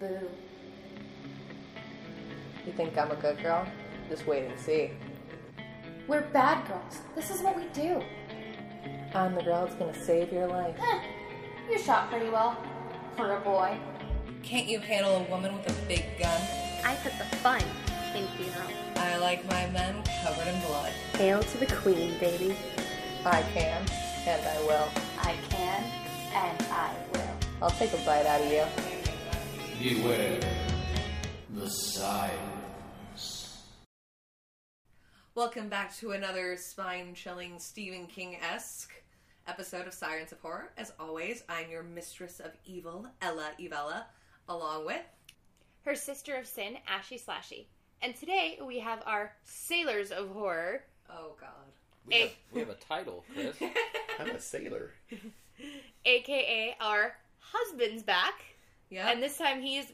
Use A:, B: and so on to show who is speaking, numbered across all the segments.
A: Boo.
B: You think I'm a good girl? Just wait and see.
A: We're bad girls. This is what we do.
B: I'm the girl that's gonna save your life.
A: Eh, you shot pretty well. For a boy.
B: Can't you handle a woman with a big gun?
C: I put the fun in funeral.
B: I like my men covered in blood.
C: Hail to the queen, baby.
B: I can, and I will.
A: I can, and I will.
B: I'll take a bite out of you.
D: Beware the silence.
B: Welcome back to another spine chilling Stephen King esque episode of Sirens of Horror. As always, I'm your mistress of evil, Ella Evella, along with
C: Her sister of sin, Ashy Slashy. And today we have our Sailors of Horror.
B: Oh god.
E: We,
C: Hey.
E: have, we have a title, Chris.
F: I'm a sailor.
C: aka our husband's back
B: Yeah.
C: and this time he is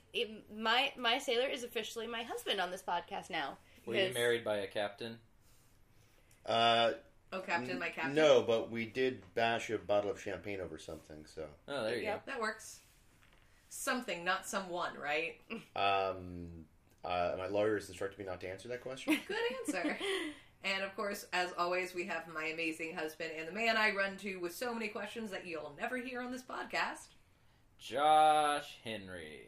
C: my my sailor is officially my husband on this podcast now
E: Were you
C: Because-
E: married by a captain?
F: Uh,
B: oh captain,
F: n-
B: my captain.
F: No, but we did bash a bottle of champagne over something. So,
E: Oh, there you
C: Yep.
B: That works. Something, not someone, right?
F: um, uh, my lawyers instructed me not to answer that question.
B: Good answer. and of course, as always, we have my amazing husband and the man I run to with so many questions that you'll never hear on this podcast.
E: go. Josh Henry.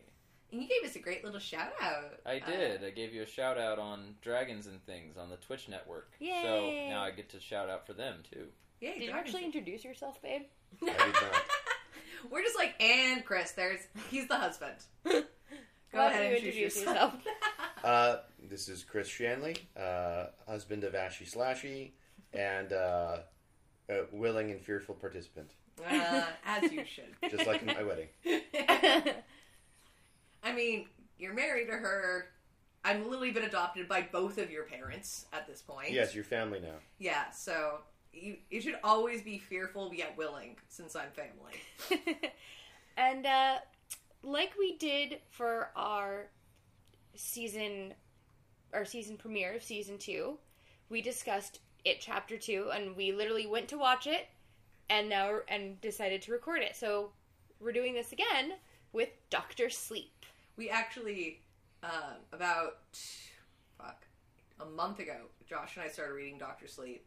B: And you gave us a great little shout out. Uh,
E: I
C: Uh,
E: did. I gave you a shout out on Dragons and Things on the Twitch network.
C: Yay.
E: So now I get to shout out for them too.
B: yeah,
C: did you actually introduce yourself babe
F: I did not.
B: We're just like, and Chris, there's he's the husband. Go
C: Why don't
B: ahead and
C: you
B: introduce
C: introduce
B: yourself.
F: Uh, this is Chris Shanley, uh, husband of Ashy Slashy, and uh, a willing and fearful participant,
B: uh, as you should.
F: just like in my wedding.
B: I mean, you're married to her. I'm literally been adopted by both of your parents at this point.
F: Yes, your family now.
B: Yeah, so you, you should always be fearful yet willing since I'm family.
C: and uh like we did for our season our season premiere of season two we discussed it chapter two and we literally went to watch it and now and decided to record it so we're doing this again with dr sleep
B: We actually, um, about fuck, a month ago, Josh and I started reading Doctor Sleep.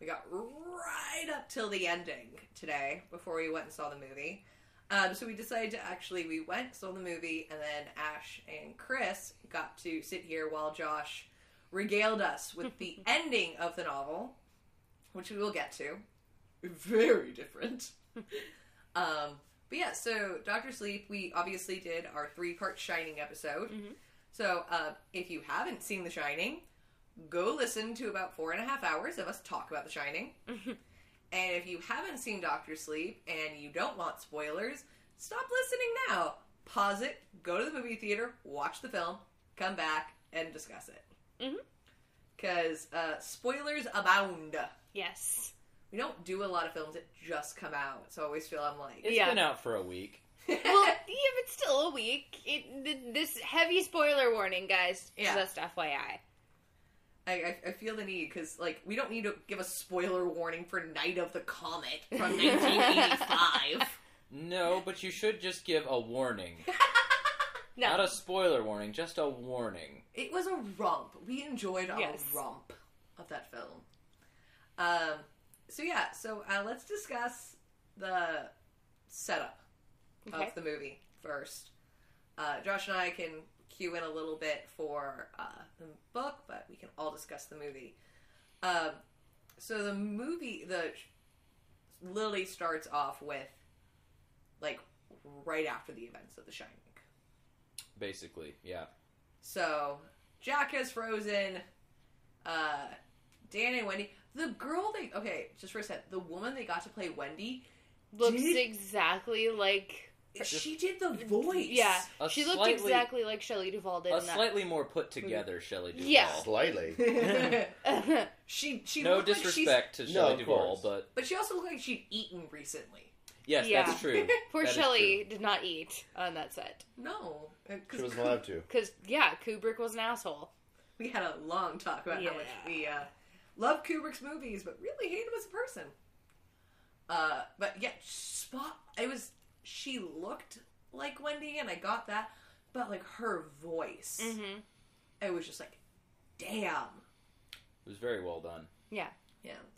B: We got right up till the ending today before we went and saw the movie. Um, so we decided to actually we went saw the movie and then Ash and Chris got to sit here while Josh regaled us with the ending of the novel, which we will get to. Very different. Um, but yeah, so Doctor Sleep, we obviously did our three part Shining episode.
C: Mhm.
B: So uh, if you haven't seen The Shining, go listen to about four and a half hours of us talk about The Shining. and if you haven't seen Doctor Sleep and you don't want spoilers, stop listening now. Pause it, go to the movie theater, watch the film, come back, and discuss it.
C: Mhm.
B: Because uh, spoilers abound.
C: yes
B: We don't do a lot of films that just come out, so I always feel I'm like.
E: It's
C: Yeah.
E: been out for a week.
C: well yeah but still a week it, th- this heavy spoiler warning guys
B: Yeah.
C: just fyi
B: I, I, I feel the need because like we don't need to give a spoiler warning for Night of the Comet from 1985.
E: No, but you should just give a warning.
C: no
E: Not a spoiler warning, just a warning.
B: it was a romp. We enjoyed our
C: Yes.
B: romp of that film. Um. So yeah. So uh, let's discuss the setup
C: Okay.
B: of the movie first. Uh, Josh and I can cue in a little bit for uh, the book, but we can all discuss the movie. Um, so the movie, the Lily starts off with like right after the events of The Shining.
E: Basically, yeah.
B: So Jack has frozen. Uh, Dan and Wendy. The girl they okay, just for a sec. The woman they got to play Wendy.
C: looks
B: Did-
C: exactly like
B: She did the voice.
C: Yeah,
E: A
C: she looked
E: slightly-
C: exactly like Shelley Duvall did
E: A
C: in that.
E: slightly more put together Shelley Duvall.
C: Yeah.
F: Slightly.
B: she she
E: No
B: looked like she's-
E: disrespect to
F: No,
E: Shelley
F: of
E: Duvall,
F: course.
E: but
B: but she also looked like she'd eaten recently.
E: yes,
C: Yeah.
E: that's true.
C: Poor
E: That is
C: Shelley did not eat on that set
B: No, uh,
F: She
B: because
F: wasn't allowed to.
C: because yeah, Kubrick was an asshole.
B: we had a long talk about how much
C: Yeah.
B: we uh, love Kubrick's movies, but really hate him as a person. Uh, but yeah, spot. It was she looked like Wendy, and I got that. but like her voice,
C: Mm-hmm.
B: it was just like, damn.
E: It was very well done.
B: Yeah,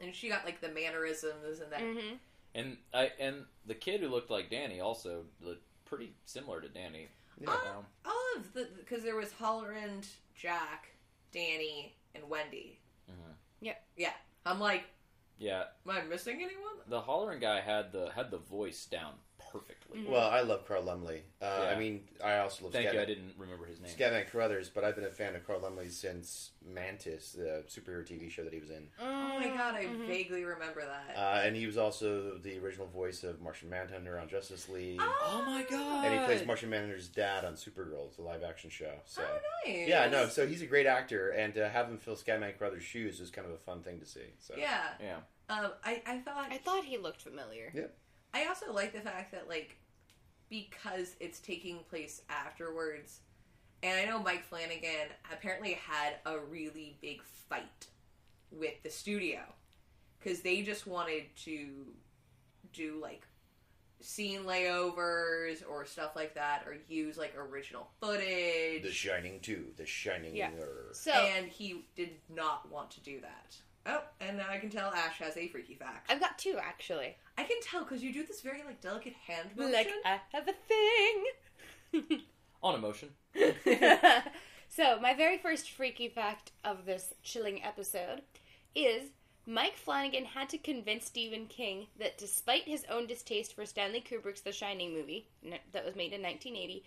B: and she got like the mannerisms and that.
C: Mm-hmm.
E: And I and the kid who looked like Danny also looked pretty similar to Danny.
F: Yeah.
E: Um,
B: all of the because there was Hollerand, Jack, Danny, and Wendy.
E: Mhm.
C: Yep.
B: Yeah. I'm like,
E: yeah,
B: am I missing anyone?
E: the hollering guy had the had the voice down perfectly.
C: Mhm.
F: Well, I love Carl Lumley. Uh,
E: Yeah.
F: I mean, I also love
E: Thank you. I
F: Scatman
E: didn't remember his name.
F: Scatman Carruthers, but I've been a fan of Carl Lumley since Mantis, the superhero TV show that he was in.
B: Oh my god, I
C: Mhm.
B: vaguely remember that.
F: Uh, and he was also the original voice of Martian Manhunter on Justice League.
E: Oh my god!
F: And he plays Martian Manhunter's dad on Supergirl. It's a live action show. So
B: Oh, nice.
F: yeah, no. So he's a great actor, and uh, to have him fill Scatman Carruthers' shoes is kind of a fun thing to see. So
B: Yeah.
E: Yeah.
B: Um, I, I thought
C: I thought he looked familiar.
B: I also like the fact that like because it's taking place afterwards, and I know Mike Flanagan apparently had a really big fight with the studio because they just wanted to do like scene layovers or stuff like that or use like original footage
F: The Shining Two, The Shining. er.
C: Yeah. So
B: and he did not want to do that oh and now i can tell ash has a freaky fact
C: I've got two actually.
B: i can tell because you do this very like delicate hand motion
C: Like I have a thing.
E: On emotion.
C: so, my very first freaky fact of this chilling episode is Mike Flanagan had to convince Stephen King that despite his own distaste for Stanley Kubrick's The Shining movie n- that was made in 1980,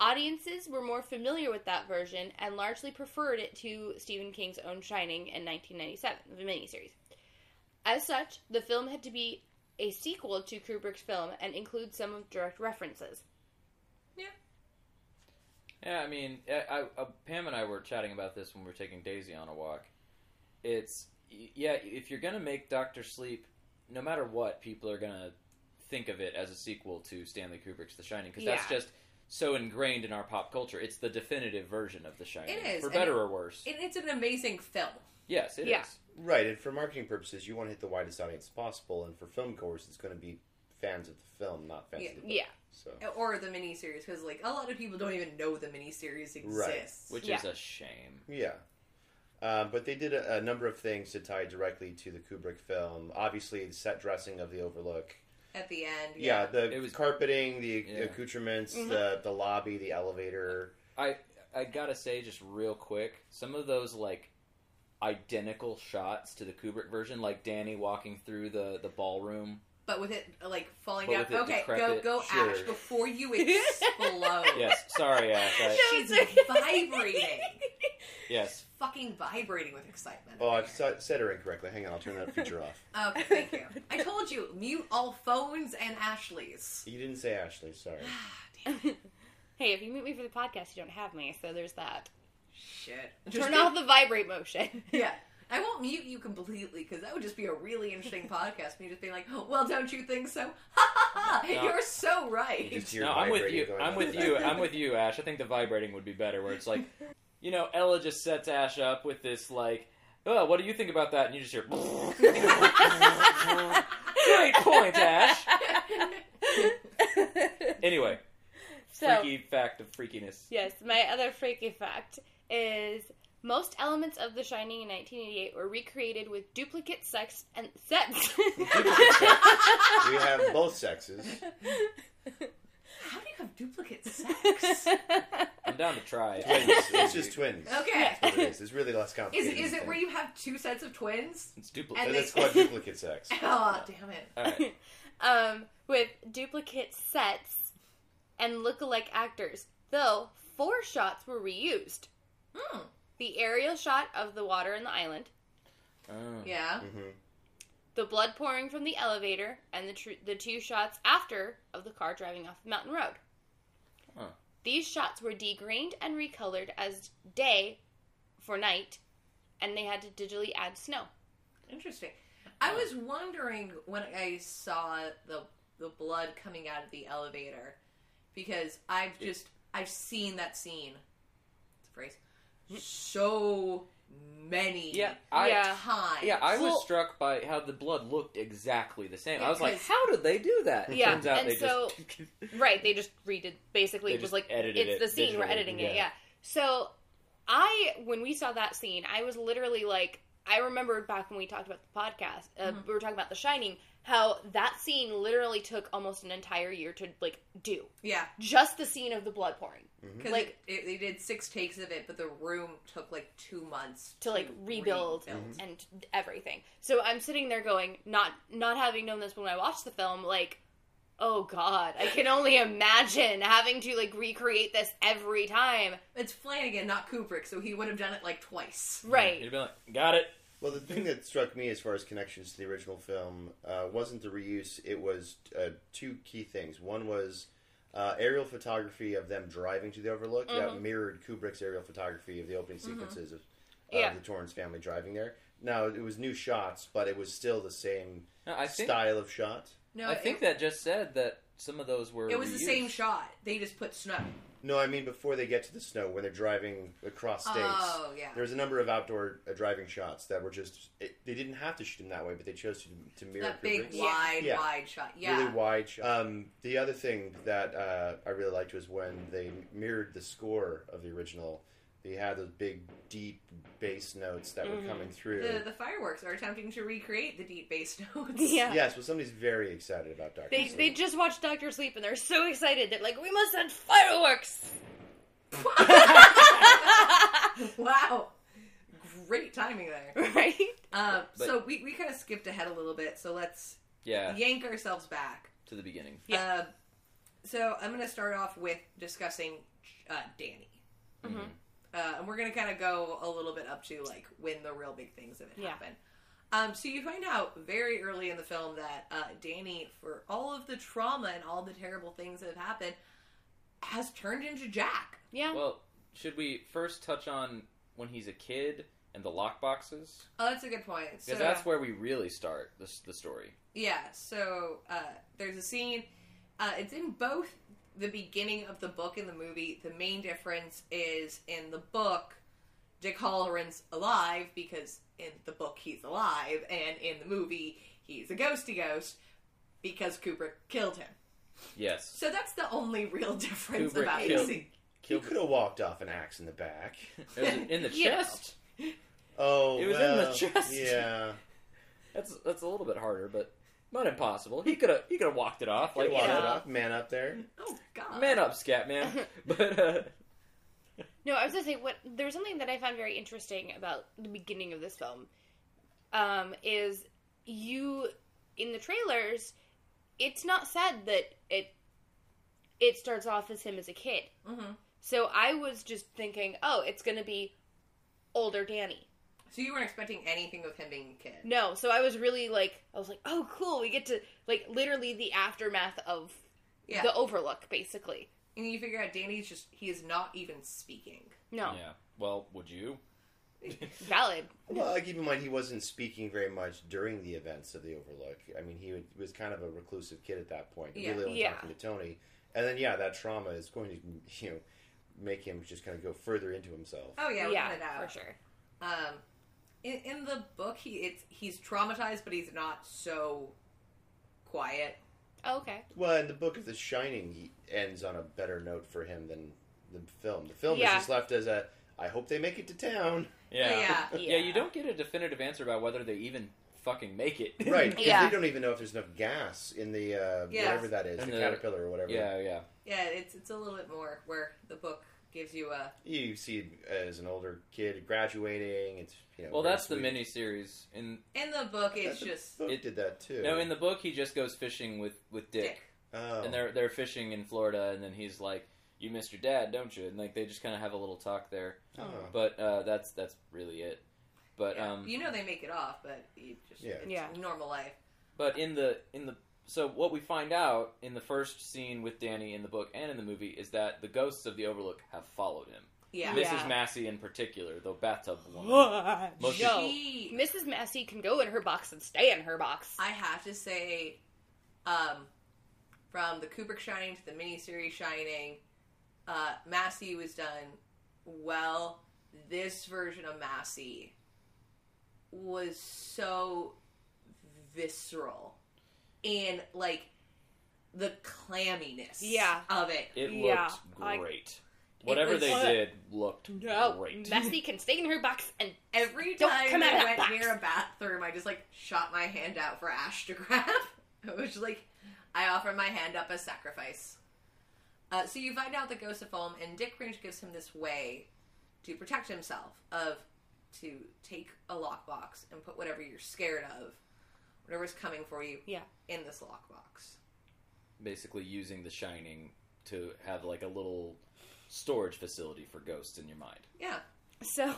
C: audiences were more familiar with that version and largely preferred it to Stephen King's own Shining in 1997, the miniseries. As such, the film had to be a sequel to Kubrick's film and include some of direct references.
E: Yeah, I mean, I, I, uh, Pam and I were chatting about this when we were taking Daisy on a walk. It's y- yeah, if you're gonna make Doctor Sleep, no matter what, people are gonna think of it as a sequel to Stanley Kubrick's The Shining because that's
C: Yeah.
E: just so ingrained in our pop culture. It's the definitive version of The Shining,
B: It is,
E: for
B: and
E: better
B: it-
E: or worse.
B: And it's an amazing film.
E: yes, it is.
C: Yeah.
F: Right, and for marketing purposes, you want to hit the widest audience possible, and for film goers, it's going to be fans of the film, not fans of the book.
C: Yeah.
F: So
B: Or the miniseries, because, like, a lot of people don't even know the miniseries
F: Right.
B: exists.
E: Which
C: Yeah.
E: is a shame.
F: yeah, uh, but they did a, a number of things to tie directly to the Kubrick film. Obviously, the set dressing of the Overlook.
B: At the end,
F: Yeah,
B: yeah. Mm-hmm.
F: the
E: It was-
F: carpeting, the
E: Yeah.
F: accoutrements,
C: Mhm.
F: the the lobby, the elevator.
E: I gotta say, just real quick, some of those like identical shots to the Kubrick version, like Danny walking through the the ballroom.
B: But with it, like, falling
E: But
B: down.
E: with it
B: Okay, go,
E: decrepit,
B: go,
F: sure.
B: Ash, before you explode.
E: Yes, sorry, Ash. I,
C: No,
B: She's
C: it's okay.
B: vibrating.
E: yes,
B: Fucking vibrating with excitement.
F: Oh, I've sa- said her incorrectly. Hang on, I'll turn that feature off.
B: Okay, thank you. I told you, mute all phones and Ashley's.
F: You didn't say Ashley. Sorry.
B: Ah, damn
C: hey, if you meet me for the podcast, you don't have me, so there's that.
B: Shit.
C: Turn off the vibrate motion.
B: Yeah. I won't mute you completely because that would just be a really interesting podcast. Me just being like, "Oh, "Well, don't you think so? Ha ha ha!
E: No.
B: You're so
F: You
B: right."
F: just hear
E: no, I'm with
F: vibrating
E: you.
F: going
E: I'm
F: on
E: with
F: in the
E: you.
F: background.
E: I'm with you, Ash. I think the vibrating would be better, where it's like, you know, Ella just sets Ash up with this like, oh, what do you think about that? And you just hear, great point, Ash. Anyway,
C: so,
E: freaky fact of freakiness.
C: yes, my other freaky fact is most elements of The Shining in 1988 were recreated with duplicate sex and sets.
F: We have both sexes.
B: How do you have duplicate sex?
E: I'm down to try. it.
F: Twins. it's just twins.
B: Okay,
F: That's what it is. It's really less
B: is
F: complicated.
B: is
F: than
B: it where you have two sets of twins?
E: It's
B: And
E: duplicate.
F: And
B: they-
F: it's quadruplicate sex.
B: Oh, damn it!
E: All right.
C: um, with duplicate sets and look-alike actors, though four shots were reused.
B: Hmm.
C: The aerial shot of the water and the island,
E: Oh.
B: Yeah.
F: hmm
C: the blood pouring from the elevator, and the, tr- the two shots after of the car driving off the mountain road.
E: Huh.
C: These shots were degrained and recolored as day for night, and they had to digitally add snow.
B: Interesting. I was wondering when I saw the the blood coming out of the elevator because I've just I've seen that scene. It's a phrase. So many
E: Mm. Yeah, I
C: Yeah.
B: times.
E: yeah, I
C: Well-
E: was struck by how the blood looked exactly the same.
B: Yeah,
E: I was like,
B: 'cause-
E: how did they do that? It
C: Yeah,
E: turns out
C: and
E: they
C: so-
E: just
C: Right, they just redid basically
E: They
C: it was
E: just
C: like
E: edited
C: it's
E: it
C: the scene we're
E: digitally,
C: editing it,
E: yeah.
C: yeah. So I when we saw that scene, I was literally like I remembered back when we talked about the podcast, uh, we were talking about The Shining, how that scene literally took almost an entire year to like do.
B: yeah.
C: Just the scene of the blood pouring
B: Because
C: Like-
B: it, they did six takes of it, but the room took like two months
C: to like rebuild
B: rebuild.
E: Mm-hmm.
C: and everything. So I'm sitting there going, not not having known this when I watched the film, like, oh god, I can only imagine having to like recreate this every time.
B: It's Flanagan, not Kubrick, so he would have done it like
E: Mm.
B: twice.
C: Right.
E: You'd be like, got it.
F: Well, the thing that struck me as far as connections to the original film uh, wasn't the reuse. It was uh, two key things. One was uh, aerial photography of them driving to the Overlook that
B: Mm-hmm.
F: mirrored Kubrick's aerial photography of the opening sequences of, of
C: Yeah.
F: the Torrance family driving there. Now it was new shots, but it was still the same
E: No, I think
F: style of shot.
B: No,
E: I think
B: it,
E: that just said that some of those were.
B: it was the same
E: reused.
B: shot. They just put snow.
F: No, I mean before they get to the snow when they're driving across states.
B: Oh yeah.
F: There was a number of outdoor uh, driving shots that were just it, they didn't have to shoot them that way, but they chose to, to mirror
B: that big
F: Kubrick's.
B: wide,
F: Yeah.
B: wide shot. Yeah.
F: really wide. sh- Um, the other thing that uh, I really liked was when they mirrored the score of the original. They had those big, deep bass notes that were coming through.
B: the, the fireworks are attempting to recreate the deep bass notes.
C: Yeah.
F: Yes, well, somebody's very excited about Dark.
C: They,
F: Crystal.
C: they just watched Doctor Sleep and they're so excited. They're like, we must have fireworks.
B: wow. Great timing there.
C: right?
B: Um,
E: But-
B: so we, we kind of skipped ahead a little bit, so let's
E: Yeah,
B: yank ourselves back.
E: to the beginning.
B: Yeah. Uh, so I'm going to start off with discussing uh, Danny.
C: Mhm.
B: Uh, and we're going to kind of go a little bit up to like when the real big things of it
C: Yeah.
B: happen. Um, so you find out very early in the film that uh, Danny, for all of the trauma and all the terrible things that have happened, has turned into Jack.
C: Yeah.
E: Well, should we first touch on when he's a kid and the lockboxes?
B: Oh, that's a good point.
E: Because
B: So,
E: that's where we really start this, the story.
B: Yeah, so uh, there's a scene. Uh, it's in both the beginning of the book and the movie. The main difference is in the book, Dick Halloran's alive because in the book he's alive, and in the movie he's a ghosty ghost because Kubrick killed him.
E: Yes.
B: So that's the only real difference
E: Kubrick
B: about the
E: killed-
B: scene.
F: you could have walked off an axe in the back.
E: It was in the
C: You know.
E: chest.
F: Oh,
E: It was in the
F: well,
E: chest.
F: Yeah,
E: That's that's a little bit harder, but not impossible. He could have he could have walked it off. Like
F: Walked
E: you
F: it
E: know,
C: Yeah.
F: up, man up there.
B: Oh God!
E: man up, scat man. But uh,
C: no, I was gonna say what there was something that I found very interesting about the beginning of this film. Um, is you in the trailers, it's not said that it it starts off as him as a kid.
B: hmm
C: So I was just thinking, oh, it's gonna be older Danny.
B: So you weren't expecting anything with him being a kid.
C: No, so I was really like, I was like, oh, cool, we get to like literally the aftermath of
B: Yeah,
C: the Overlook, basically.
B: and you figure out Danny's just—he is not even speaking.
C: No,
E: yeah. Well, would you?
B: Oh,
C: valid.
F: Well, I keep in mind he wasn't speaking very much during the events of the Overlook. I mean, he would- was kind of a reclusive kid at that point,
B: Yeah.
F: really only
C: Yeah.
F: talking to Tony. And then, yeah, that trauma is going to, you know, make him just kind of go further into himself.
B: Oh yeah,
C: Yeah,
B: without a doubt.
C: for sure.
B: Um, in, in the book, he it's he's traumatized, but he's not so quiet.
C: Oh, okay.
F: Well, and the book of The Shining he ends on a better note for him than the film. The film
C: Yeah.
F: is just left as a, I hope they make it to town.
E: Yeah.
B: Yeah.
E: Uh, Yeah, You don't get a definitive answer about whether they even fucking make it.
F: Right, because
C: Yeah.
F: they don't even know if there's enough gas in the, uh,
B: Yeah.
F: whatever that is,
E: And
F: the,
E: the-
F: caterpillar or whatever.
E: yeah. Yeah.
B: Yeah, it's it's a little bit more where the book gives you a
F: You see it as an older kid graduating, it's, you know.
E: Well,
F: very
E: that's the
F: sweet.
E: mini series. In
B: in the book it's
F: That's a-
B: just
F: Book
E: It-
F: did that too.
E: no, in the book, he just goes fishing with with Dick,
B: dick.
F: Oh.
E: and they're they're fishing in Florida, and then he's like, "You missed your dad, don't you?" And like they just kind of have a little talk there.
F: Oh.
E: But uh, that's that's really it. But
B: Yeah.
E: um,
B: you know they make it off, but you just
F: Yeah.
B: it's
C: Yeah.
B: normal life.
E: But in the in the so what we find out in the first scene with Danny in the book and in the movie is that the ghosts of the Overlook have followed him.
B: Yeah.
C: Yeah.
E: Mrs. Massey in particular, the bathtub woman. Most-
C: No,
B: She,
C: Mrs. Massey can go in her box and stay in her box.
B: I have to say, um, from the Kubrick Shining to the miniseries Shining, uh, Massey was done well. this version of Massey was so visceral in like the clamminess
C: Yeah.
B: of it.
E: It
C: Yeah, I-
E: looked great. Whatever
B: was-
E: they did looked
C: No,
E: great.
C: Messi can stay in her box and
B: Every
C: Don't
B: time
C: come out of
B: I
C: that
B: went
C: box.
B: near a bathroom, I just like shot my hand out for Ash to grab. It was like I offered my hand up as sacrifice. Uh, so you find out the ghost of foam, and Dick Grange gives him this way to protect himself of to take a lockbox and put whatever you're scared of, whatever's coming for you,
C: Yeah.
B: in this lockbox.
E: Basically, using The Shining to have like a little storage facility for ghosts in your mind.
B: Yeah,
C: so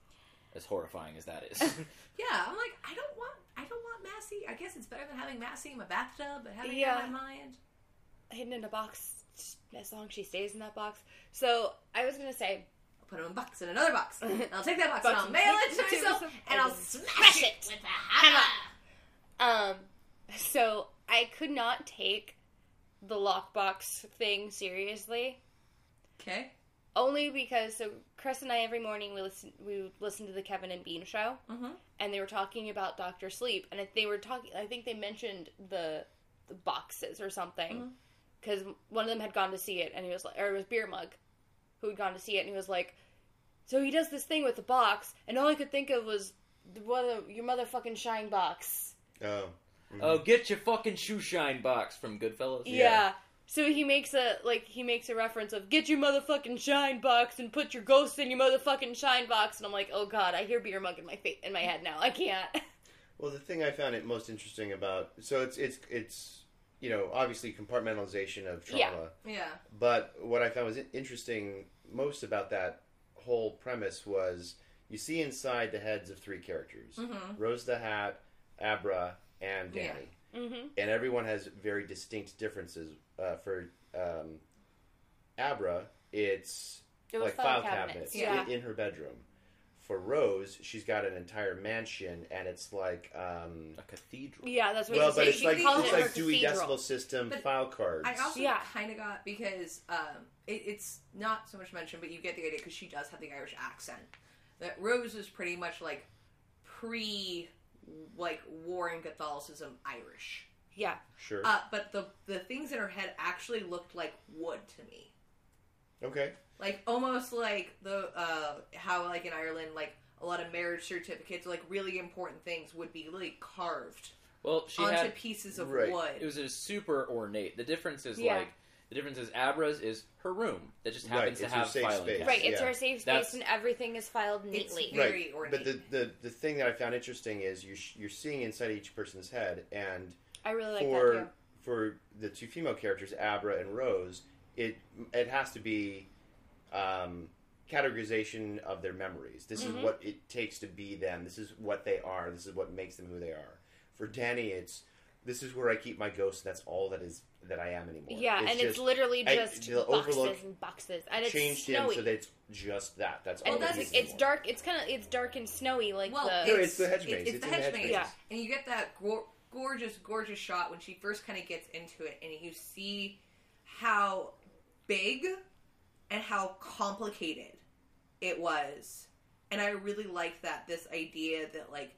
E: As horrifying as that is.
B: yeah. I'm like, I don't want, I don't want Massey. I guess it's better than having Massey in my bathtub, but having
C: Yeah.
B: it in my mind.
C: hidden in a box as long as she stays in that box. So I was gonna say
B: I'll put them in a box in another box. And I'll take that box, and
C: Box
B: I'll mail it
C: and-
B: to myself
C: to myself.
B: and I'll
C: And
B: smash it
C: it
B: with a hammer.
C: Um, so I could not take the lockbox thing seriously,
B: Okay.
C: only because so Chris and I every morning we listen we would listen to the Kevin and Bean show,
B: Mhm.
C: and they were talking about Doctor Sleep, and if they were talking. I think they mentioned the, the boxes or something, because one of them had gone to see it, and he was like, or it was Beer Mug, who had gone to see it, and he was like, so he does this thing with the box, and all I could think of was the, one of your motherfucking shine box.
F: Oh,
E: oh, get your fucking shoe shine box from Goodfellas.
C: Yeah. So he makes a like he makes a reference of get your motherfucking shine box and put your ghost in your motherfucking shine box and I'm like oh god I hear beer mug in my fa- in my head now I can't
F: Well, the thing I found it most interesting about so it's it's it's you know obviously compartmentalization of trauma,
C: Yeah.
B: Yeah.
F: but what I found was in- interesting most about that whole premise was you see inside the heads of three characters:
B: Mm-hmm.
F: Rose the Hat, Abra, and
B: Yeah.
F: Danny,
C: Mhm.
F: and everyone has very distinct differences. Uh, for um, Abra, it's
C: It was
F: like
C: file
F: file
C: cabinets,
F: cabinets,
C: yeah.
F: in, in her bedroom. For Rose, she's got an entire mansion, and it's like um,
E: A cathedral.
C: yeah that's what
F: well,
C: I'm
F: but
C: saying.
F: it's
B: she
F: like
B: calls
F: it's
B: it
F: like Dewey
C: cathedral.
F: Decimal System
B: But
F: file cards.
B: I also
C: Yeah.
B: kind of got because um, it, it's not so much mentioned, but you get the idea because she does have the Irish accent. That Rose is pretty much like pre like war and Catholicism Irish.
C: yeah
F: sure.
B: Uh, but the the things in her head actually looked like wood to me.
F: okay.
B: like almost like the uh how like in Ireland like a lot of marriage certificates like really important things would be like carved
E: Well, she
B: onto
E: had.
B: pieces of
F: Right.
B: wood.
E: It was a super ornate. The difference is
C: Yeah.
E: like the difference is Abra's is her room that just
F: Right,
E: happens
F: it's
E: to
F: her
E: have
F: safe
E: filing
F: space.
E: cabinets.
C: right it's
F: Yeah.
C: our safe space
E: That's-
C: and everything is filed neatly
B: It's- Very
F: right.
B: ornate.
F: But the, the the thing that I found interesting is you're you're seeing inside each person's head, and
C: I really like
F: for
C: that too
F: for the two female characters, Abra and Rose, it it has to be um, categorization of their memories. This
C: Mm-hmm.
F: is what it takes to be them. This is what they are. This is what makes them who they are. For Danny, it's this is where I keep my ghost. That's all that is that I am anymore.
C: yeah and it's
F: just-
C: literally
F: I-
C: just
F: the
C: boxes
F: overlook
C: and boxes and it's
F: changed
C: snowy
F: him so that it's just that. That's all.
C: and that's
F: that he
C: it's,
F: is anymore.
C: dark it's kind of it's dark and snowy like
B: well,
C: the
F: No, it's the hedge
B: it-
F: maze.
B: It's, the
F: It's in the
B: hedge
F: hedge
B: maze.
F: maze.
C: Yeah.
B: And you get that gor gorgeous, gorgeous shot when she first kind of gets into it, and you see how big and how complicated it was. And I really like that this idea that like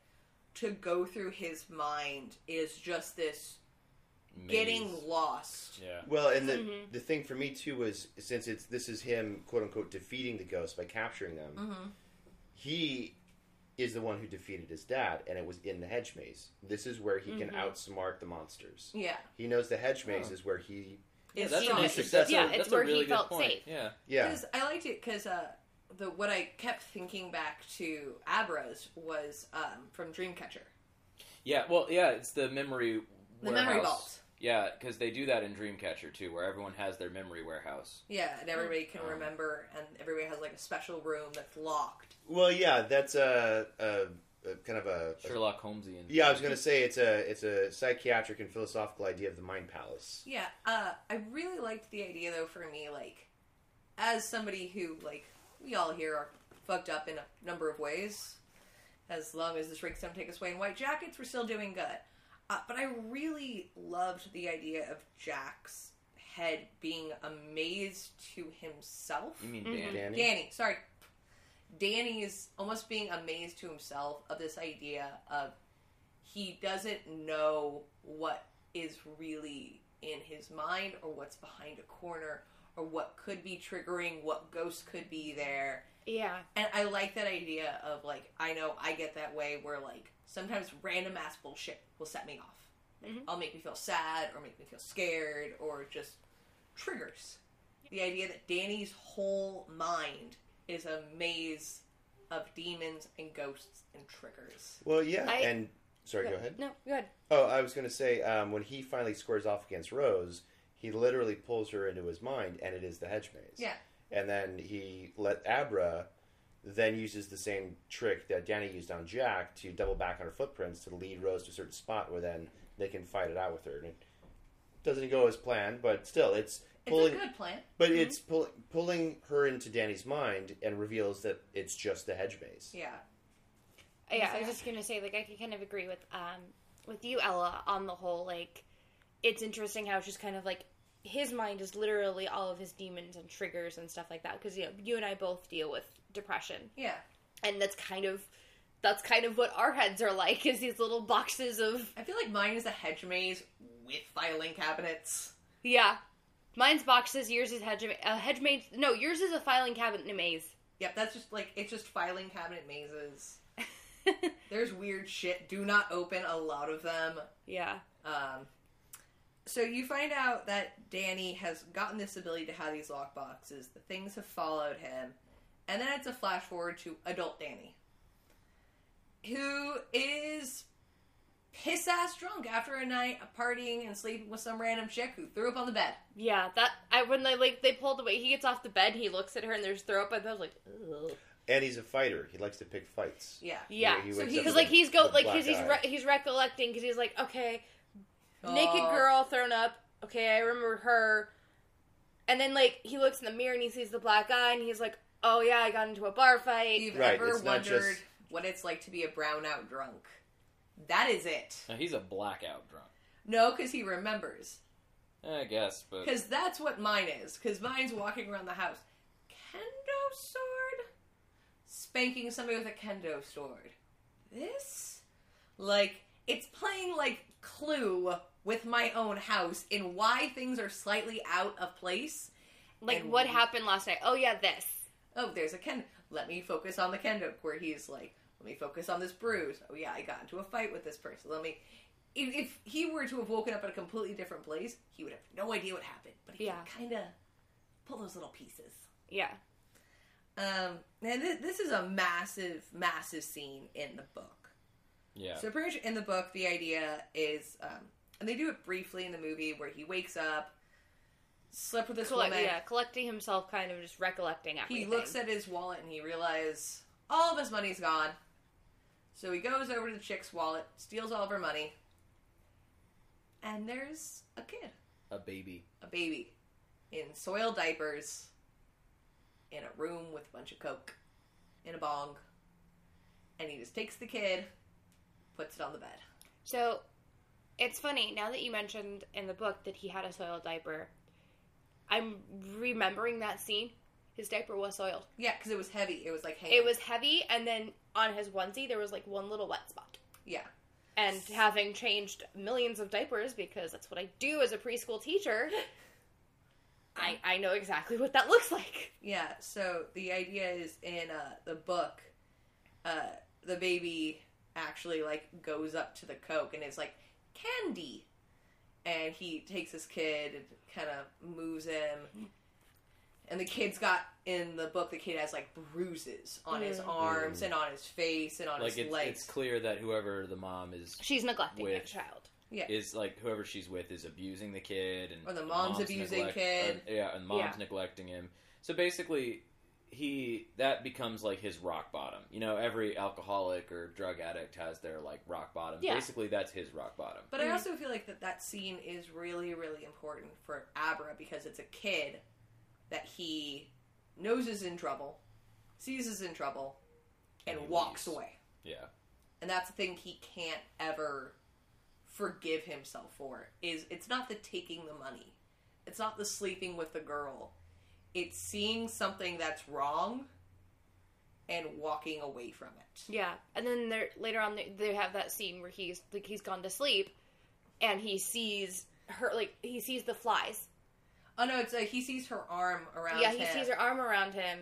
B: to go through his mind is just this
E: Maze.
B: getting lost.
E: Yeah.
F: Well, and the
C: Mm-hmm.
F: the thing for me too was since it's this is him quote unquote defeating the ghosts by capturing
C: Mm-hmm.
F: them. He is the one who defeated his dad, and it was in the hedge maze. This is where he
B: Mm-hmm.
F: can outsmart the monsters.
B: Yeah,
F: He knows the hedge maze is where he.
E: Yeah,
B: It's
E: that's
B: not-
E: an
C: it's-
E: interesting. That's
C: yeah,
E: a,
C: it's
E: that's a
C: where he
E: really good
C: felt
E: point.
C: safe.
E: Yeah.
F: Yeah,
B: Because I liked it because uh, the what I kept thinking back to Abra's was um, from Dreamcatcher.
E: Yeah. Well, yeah. It's the memory.
B: The
E: warehouse.
B: memory vault.
E: Yeah, because they do that in Dreamcatcher too, where everyone has their memory warehouse.
B: Yeah, and everybody can remember, and everybody has like a special room that's locked.
F: well, yeah, that's a, a, a kind of a. a-
E: Sherlock Holmesian.
F: yeah, I was gonna say it's a it's a psychiatric and philosophical idea of the mind palace.
B: Yeah, uh, I really liked the idea though. For me, like as somebody who like we all here are fucked up in a number of ways. As long as the shrinks don't take us away in white jackets, we're still doing good. Uh, but I really loved the idea of Jack's head being amazed to himself.
E: You mean
B: Mm-hmm.
F: Danny?
E: Dan?
B: Danny, sorry. Danny's almost being amazed to himself of this idea of he doesn't know what is really in his mind or what's behind a corner or what could be triggering, what ghost could be there.
C: Yeah.
B: And I like that idea of like, I know I get that way where like sometimes random ass bullshit will set me off. Like,
C: Mhm.
B: I'll make me feel sad or make me feel scared or just triggers. The idea that Danny's whole mind is a maze of demons and ghosts and triggers.
F: Well, yeah,
C: I-
F: and sorry, go ahead.
C: No, go ahead.
F: Oh, I was going to say um, when he finally squares off against Rose, he literally pulls her into his mind, and it is the hedge maze.
B: Yeah.
F: and then he let Abra, then uses the same trick that Danny used on Jack to double back on her footprints to lead Rose to a certain spot where then they can fight it out with her. And it doesn't go as planned, but still, it's
B: It's
F: pulling.
B: a good plan.
F: but it's pull, pulling her into Danny's mind and reveals that it's just the hedge maze.
B: Yeah.
C: Yeah, I
B: Exactly.
C: was just gonna say, like, I can kind of agree with um with you, Ella, on the whole. Like, it's interesting how it's just kind of like his mind is literally all of his demons and triggers and stuff like that. Because you know, you and I both deal with depression,
B: Yeah.
C: and that's kind of that's kind of what our heads are like is these little boxes of
B: I feel like mine is a hedge maze with filing cabinets.
C: yeah. Mine's boxes, yours is hedge a hedge maze. No, yours is a filing cabinet maze.
B: Yep, that's just like it's just filing cabinet mazes. There's weird shit. Do not open a lot of them.
C: yeah.
B: Um, so you find out that Danny has gotten this ability to have these lock boxes. The things have followed him, and then it's a flash forward to adult Danny, who is piss ass drunk after a night of partying and sleeping with some random chick who threw up on the bed.
C: Yeah, that I when they like they pulled away, he gets off the bed, he looks at her, and there's throw up. And I was like, Ugh.
F: And he's a fighter; he likes to pick fights.
B: Yeah,
C: yeah,
F: He
B: So
F: wakes
B: he-
C: because
F: up with
C: like
F: a-
C: he's go
F: with a
C: like
F: black
C: because he's
F: eye.
C: re- he's recollecting because he's like, okay, naked girl thrown up. Okay, I remember her. And then like he looks in the mirror and he sees the black eye, and he's like, oh yeah, I got into a bar
B: If
C: fight.
B: you've
F: Right,
B: ever
F: it's not
B: wondered
F: just-
B: what it's like to be a brownout drunk, that is it.
E: Now he's a blackout drunk. Eh,
B: No, because he remembers.
E: I guess, but
B: Because that's what mine is. Because mine's walking around the house. Kendo sword? Spanking somebody with a kendo sword. This? Like, it's playing like Clue with my own house in why things are slightly out of place.
C: Like
B: And-
C: what happened last night? Oh yeah, this.
B: Oh, there's a kendo. Let me focus on the kendo, where he's like, let me focus on this bruise. Oh, yeah, I got into a fight with this person. Let me. If, if he were to have woken up at a completely different place, he would have no idea what happened. But he
C: Yeah.
B: can kind of pull those little pieces.
C: Yeah,
B: Um, and th- this is a massive, massive scene in the book.
E: yeah,
B: So pretty much in the book, the idea is, um, and they do it briefly in the movie where he wakes up, slept with this
C: Collect-
B: woman.
C: yeah, collecting himself, kind of just recollecting
B: He
C: everything.
B: looks at his wallet and he realizes all of his money's gone. So he goes over to the chick's wallet, steals all of her money, and there's a kid,
E: a baby.
B: a baby, in soiled diapers, in a room with a bunch of coke, in a bong, and he just takes the kid, puts it on the bed.
C: So it's funny now that you mentioned in the book that he had a soiled diaper. I'm remembering that scene. His diaper was soiled.
B: Yeah, because it was heavy. It was like hanging.
C: It was heavy, and then on his onesie there was like one little wet spot.
B: yeah.
C: And having changed millions of diapers because that's what I do as a preschool teacher, I I know exactly what that looks like.
B: Yeah, so the idea is in uh, the book, uh, the baby actually like goes up to the coke and is like candy, and he takes his kid and kind of moves him, and the kid's got in the book the kid has like bruises on his
C: Mm.
B: arms and on his face and on
E: Like
B: his
E: it's,
B: legs.
E: it's clear that whoever the mom is
C: She's neglecting
E: With-
C: that child.
E: is like whoever she's with is abusing the kid and
B: Or the mom's abusing kid.
E: or- yeah and mom's neglecting him so basically he that becomes like his rock bottom you know every alcoholic or drug addict has their like rock bottom
C: Yeah.
E: basically that's his rock bottom
B: But I
C: Mhm.
B: also feel like that that scene is really, really important for Abra because it's a kid that he knows is in trouble, sees is in trouble, and
E: And he
B: walks
E: leaves.
B: away.
E: yeah
B: And that's the thing he can't ever forgive himself for. Is it's not the taking the money, it's not the sleeping with the girl, it's seeing something that's wrong and walking away from it.
C: Yeah, and then there later on they, they have that scene where he's like he's gone to sleep, and he sees her like he sees the flies.
B: Oh no, it's like he sees her arm around.
C: yeah,
B: him.
C: he sees her arm around him,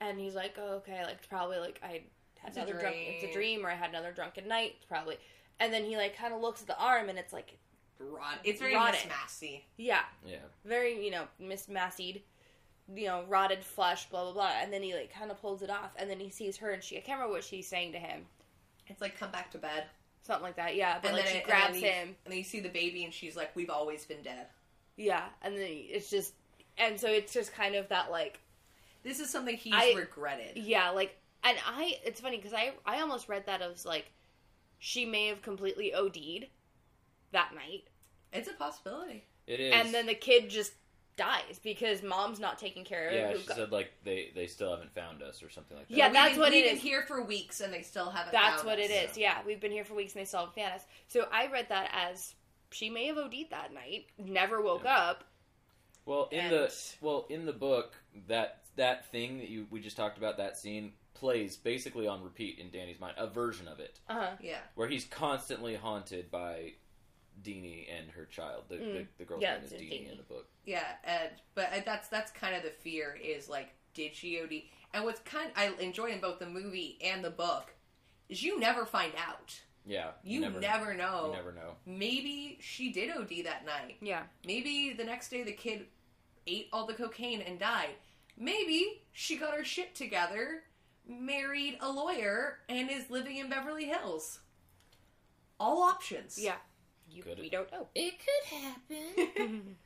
C: and he's like, "Oh, okay, like probably like I had
B: It's a
C: another drunk, it's a
B: dream.
C: dream, or I had another drunken night, probably." And then he like kind of looks at the arm, and it's like,
B: Rot. It's very
C: Rotting.
B: mismassy.
C: yeah,
E: Yeah.
C: very you know mismassied, you know rotted flesh, blah blah blah. And then he like kind of pulls it off, and then he sees her, and she I can't remember what she's saying to him,
B: It's like come back to bed,
C: something like that. Yeah, but
B: And
C: like
B: then
C: she
B: it- and then
C: grabs
B: he-
C: him.
B: and then you see the baby, and she's like, "We've always been dead."
C: Yeah, and then it's just, and so it's just kind of that like,
B: This is something he's
C: I-
B: regretted.
C: yeah, like, and I, it's funny because I, I almost read that as like, she may have completely OD'd that night,
B: It's a possibility.
E: It is.
C: and then the kid just dies because mom's not taking care of
E: yeah,
C: it.
E: she said like they they still haven't found us or something like that.
C: Yeah,
B: We've
C: that's
B: been-
C: what
B: we've
C: it
B: been
C: is.
B: Here for weeks, and they still haven't.
C: That's
B: found
C: what
B: us.
C: it is. Yeah, we've been here for weeks and they still haven't found us. So I read that as she may have OD'd that night, never woke
E: Yeah.
C: up.
E: Well, in
C: And-
E: the well in the book that that thing that you we just talked about that scene plays basically on repeat in Danny's mind, a version of it
C: Uh huh.
B: Yeah.
E: where he's constantly haunted by Deanie and her child. The the,
C: Mm.
E: the girl's
C: Yeah,
E: name is
C: it's
E: Deanie,
C: Deanie.
E: in the book.
B: Yeah, and but I- that's that's kind of the fear is like, did she OD? And what's kind I enjoy in both the movie and the book is you never find out.
E: Yeah,
B: You never, know.
E: You never know.
B: Maybe she did OD that night.
C: Yeah.
B: Maybe the next day the kid ate all the cocaine and died. Maybe she got her shit together, married a lawyer, and is living in Beverly Hills. All options.
C: Yeah. You,
E: Good.
C: we don't know.
A: It could happen.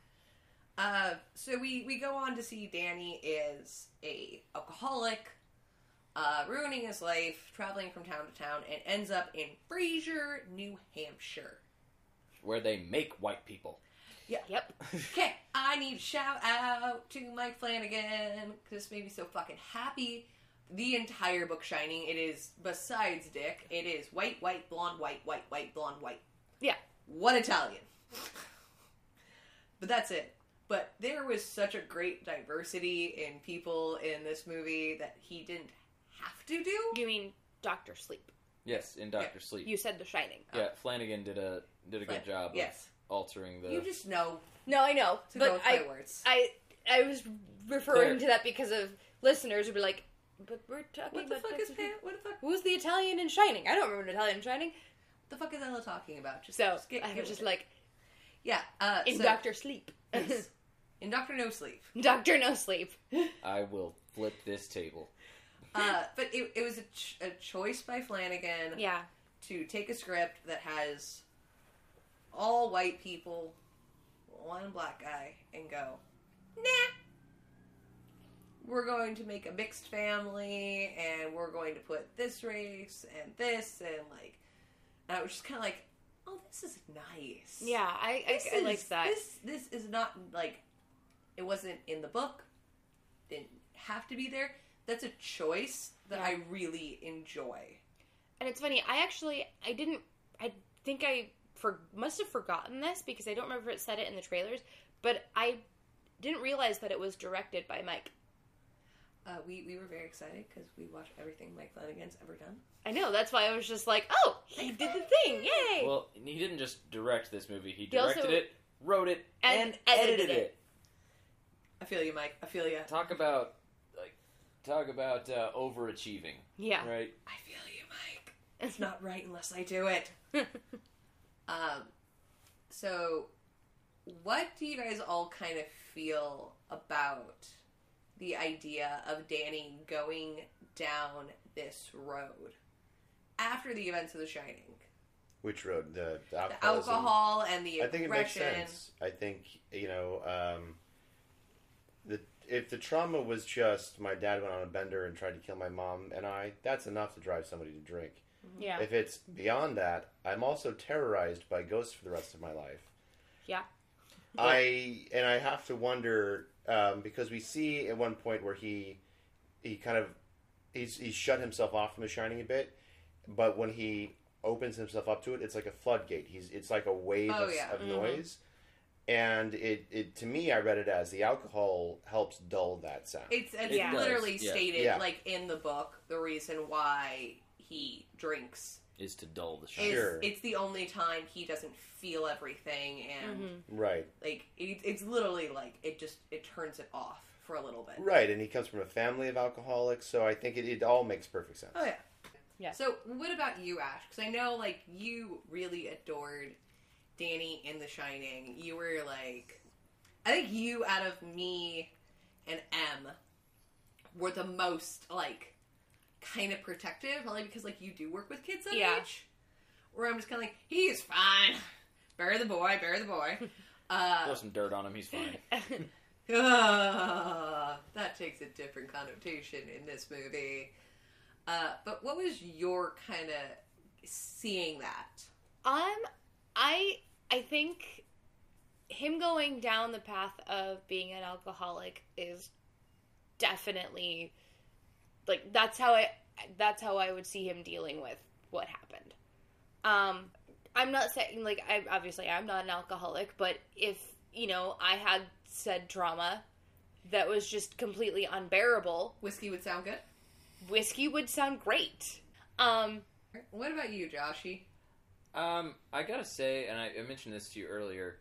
B: Uh, so we we go on to see Danny is a alcoholic, uh, ruining his life, traveling from town to town, and ends up in Fraser, New Hampshire.
E: Where they make white people.
C: Yep.
B: Okay, I need to shout out to Mike Flanagan. 'cause This made me so fucking happy. The entire book Shining, it is besides Dick, it is white, white, blonde, white, white, white, blonde, white.
C: Yeah.
B: What Italian? but that's it. But there was such a great diversity in people in this movie that he didn't have to do.
C: You mean Doctor Sleep?
E: Yes, in Doctor Sleep.
C: You said The Shining.
E: yeah, Flanagan did a did a good
B: But,
E: job of
B: Yes.
E: altering the
B: You just know
C: No, I know,
B: to go
C: but
B: with
C: I,
B: my words.
C: I I was referring
E: Claire.
C: to that because of listeners would be like, but we're talking
B: what the
C: about
B: fuck is
C: Doctor Who."
B: Pam? What the fuck?
C: Who's the Italian in Shining? I don't remember an Italian in Shining.
B: The fuck is Ella talking about? Just,
C: So
B: just get,
C: I
B: get
C: was
B: with
C: just
B: it.
C: like,
B: yeah. Uh,
C: in
B: so-
C: Doctor Sleep.
B: Yes. in Doctor No Sleep.
C: Doctor No Sleep.
E: I will flip this table.
B: Uh, but it, it was a, ch- a choice by Flanagan
C: Yeah.
B: to take a script that has all white people, one black guy, and go, nah. We're going to make a mixed family, and we're going to put this race and this, and like, and I was just kind of like, oh, this is nice.
C: Yeah, I, I,
B: This
C: I
B: is-
C: liked that.
B: This this is not like it wasn't in the book. Didn't have to be there. That's a choice that
C: Yeah.
B: I really enjoy.
C: And it's funny, I actually I didn't I think I for must have forgotten this because I don't remember if it said it in the trailers, but I didn't realize that it was directed by Mike.
B: Uh, we we were very excited because we watched everything Mike Flanagan's ever done.
C: I know, that's why I was just like, Oh, he did the thing, yay.
E: Well, he didn't just direct this movie. He
C: He also-
E: directed it, wrote it,
C: And
E: and,
C: edited
E: edited
C: it.
E: it.
B: I feel you, Mike. I feel you.
E: Talk about like talk about uh, overachieving,
C: yeah.
E: right?
B: I feel you, Mike. It's not right unless I do it. Um, so what do you guys all kind of feel about the idea of Danny going down this road after the events of The Shining?
F: Which road? The, the
B: The
F: alcoholism.
B: alcohol and the
F: I think it makes
B: aggression.
F: sense. I think you know, um, the if the trauma was just my dad went on a bender and tried to kill my mom and I, that's enough to drive somebody to drink.
C: Yeah.
F: If it's beyond that, I'm also terrorized by ghosts for the rest of my life.
C: Yeah.
F: I and I have to wonder um, because we see at one point where he he kind of he's he's shut himself off from The Shining a bit, but when he opens himself up to it, it's like a floodgate. He's it's like a wave
B: Oh,
F: of,
B: yeah.
F: of noise. and it, it to me I read it as the alcohol helps dull that sound.
B: It's it's
C: It does,
B: literally
E: yeah.
B: stated
F: Yeah.
B: like in the book the reason why he drinks
E: is to dull the
B: is
E: shine.
F: Sure.
B: it's the only time he doesn't feel everything
C: Mm-hmm.
B: and
F: right.
B: like it, it's literally like it just it turns it off for a little bit.
F: Right, and he comes from a family of alcoholics, so I think it, it all makes perfect sense.
B: Oh yeah.
C: Yeah.
B: So what about you, Ash? Because I know like you really adored Danny in The Shining. You were like, I think you out of me and M were the most like kind of protective, only because like you do work with kids that
C: Yeah.
B: age. Where I'm just kind of like, he's fine. Bury the boy. Bury the boy. Uh,
E: Throw some dirt on him. He's fine.
B: Ah, that takes a different connotation in this movie. Uh, but what was your kind of seeing that?
C: Um, I I think him going down the path of being an alcoholic is definitely like that's how I that's how I would see him dealing with what happened. Um, I'm not saying like I obviously I'm not an alcoholic, but if you know I had said trauma that was just completely unbearable,
B: Whiskey would sound good.
C: whiskey would sound great. Um,
B: What about you, Joshy?
E: Um, I gotta say, and I, I mentioned this to you earlier.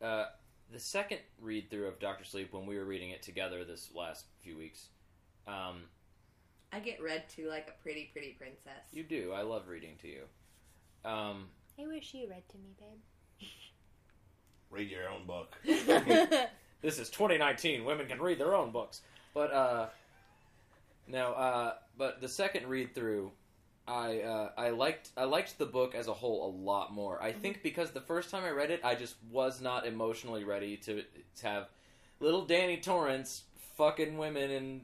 E: Uh, the second read through of Doctor Sleep, when we were reading it together this last few weeks, um,
B: I get read to like a pretty, pretty princess.
E: you do. I love reading to you. Um,
C: I wish you read to me,
F: Read your own book.
C: babe.
E: this is 2019 women can read their own books but uh no uh but the second read through i uh i liked i liked the book as a whole a lot more i think because the first time i read it i just was not emotionally ready to, to have little danny torrance fucking women and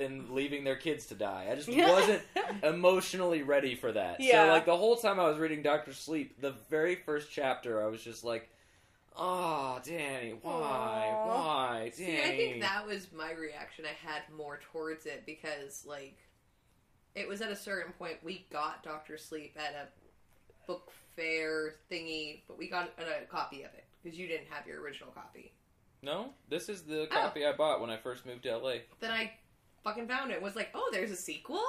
E: and leaving their kids to die i just wasn't emotionally ready for that.
C: Yeah.
E: So like the whole time I was reading Doctor Sleep, the very first chapter, I was just like, "Oh, Danny, why,
C: Aw.
E: why, Danny?"
B: See, I think that was my reaction. I had more towards it because like it was at a certain point we got Doctor Sleep at a book fair thingy, but we got a copy of it because you didn't have your original copy.
E: No, this is the
B: Oh.
E: copy I bought when I first moved to LA.
B: then I fucking found it. Was like, oh, there's a sequel.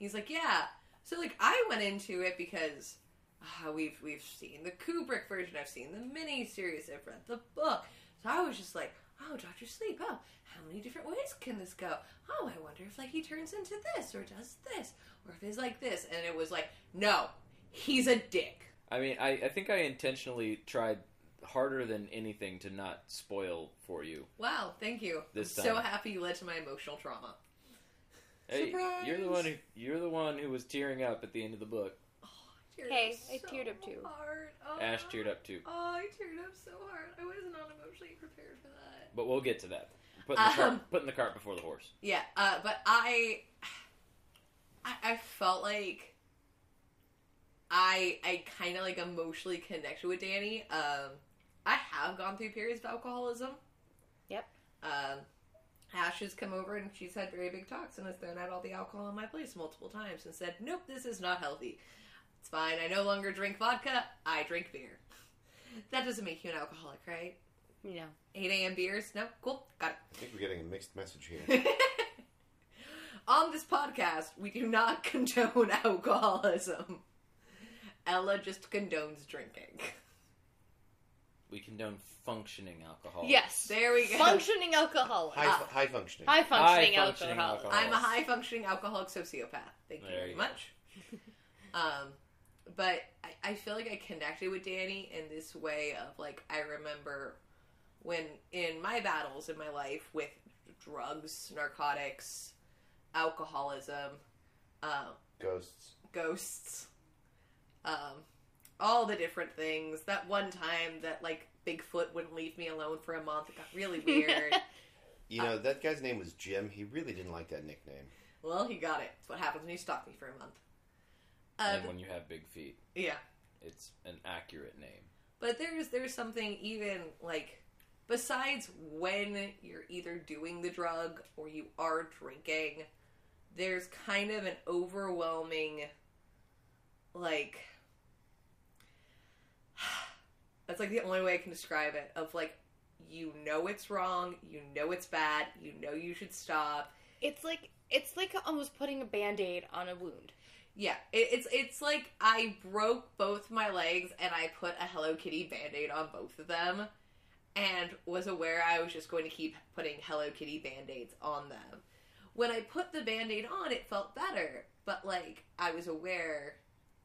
B: He's like, yeah. So like, I went into it because ah, we've we've seen the Kubrick version. I've seen the mini series. I've read the book. So I was just like, oh, Doctor Sleep. Oh, how many different ways can this go? Oh, I wonder if like he turns into this or does this or if he's like this. And it was like, no, he's a dick.
E: I mean, I, I think I intentionally tried harder than anything to not spoil for you.
B: Wow, thank you.
E: This
B: I'm so
E: time.
B: happy you led to my emotional trauma.
E: Hey,
B: Surprise!
E: you're the one who you're the one who was tearing up at the end of the book.
B: Teared
C: Hey,
B: up
C: I teared up too.
B: hard. Oh.
E: Ash teared up too,
B: Oh, I teared up so hard. I was not emotionally prepared for that.
E: but we'll get to that. Putting the,
B: Um.
E: cart, putting the cart before the horse.
B: Yeah, uh, but I, I, I felt like I, I kind of like emotionally connected with Danny. Um, I have gone through periods of alcoholism.
C: Yep.
B: Um, Ash has come over and she's had very big talks and has thrown out all the alcohol in my place multiple times and said, "Nope, this is not healthy. It's fine. I no longer drink vodka. I drink beer. That doesn't make you an alcoholic, right?"
C: you know.
B: 8 a.m. beers. No, cool, got
F: I think we're getting a mixed message here.
B: it. On this podcast, we do not condone alcoholism. Ella just condones drinking.
E: We condone functioning alcohol.
C: Yes.
B: There we go.
C: Functioning alcoholic.
F: High,
C: High,
F: high
C: functioning
F: functioning.
E: High
C: alcoholic.
E: functioning alcoholic.
B: I'm a high functioning alcoholic sociopath. Thank you
E: There
B: very
E: you go.
B: much. um, but I, I feel like I connected with Danny in this way of like I remember when in my battles in my life with drugs, narcotics, alcoholism, um,
F: Ghosts.
B: ghosts, um, all the different things. That one time that like Bigfoot wouldn't leave me alone for a month, it got really weird. uh,
F: You know, that guy's name was Jim. He really didn't like that nickname.
B: well, he got it. It's what happens when you stalk me for a month. Um,
E: and when you have big feet,
B: yeah,
E: it's an accurate name.
B: but there's there's something even like besides when you're either doing the drug or you are drinking, there's kind of an overwhelming like That's like the only way I can describe it. Of like, you know it's wrong, you know it's bad, you know you should stop.
C: It's like it's like almost putting a band-aid on a wound.
B: Yeah, it, it's it's like I broke both my legs and I put a Hello Kitty band-aid on both of them, and was aware I was just going to keep putting Hello Kitty band-aids on them. When I put the band-aid on, it felt better, but like I was aware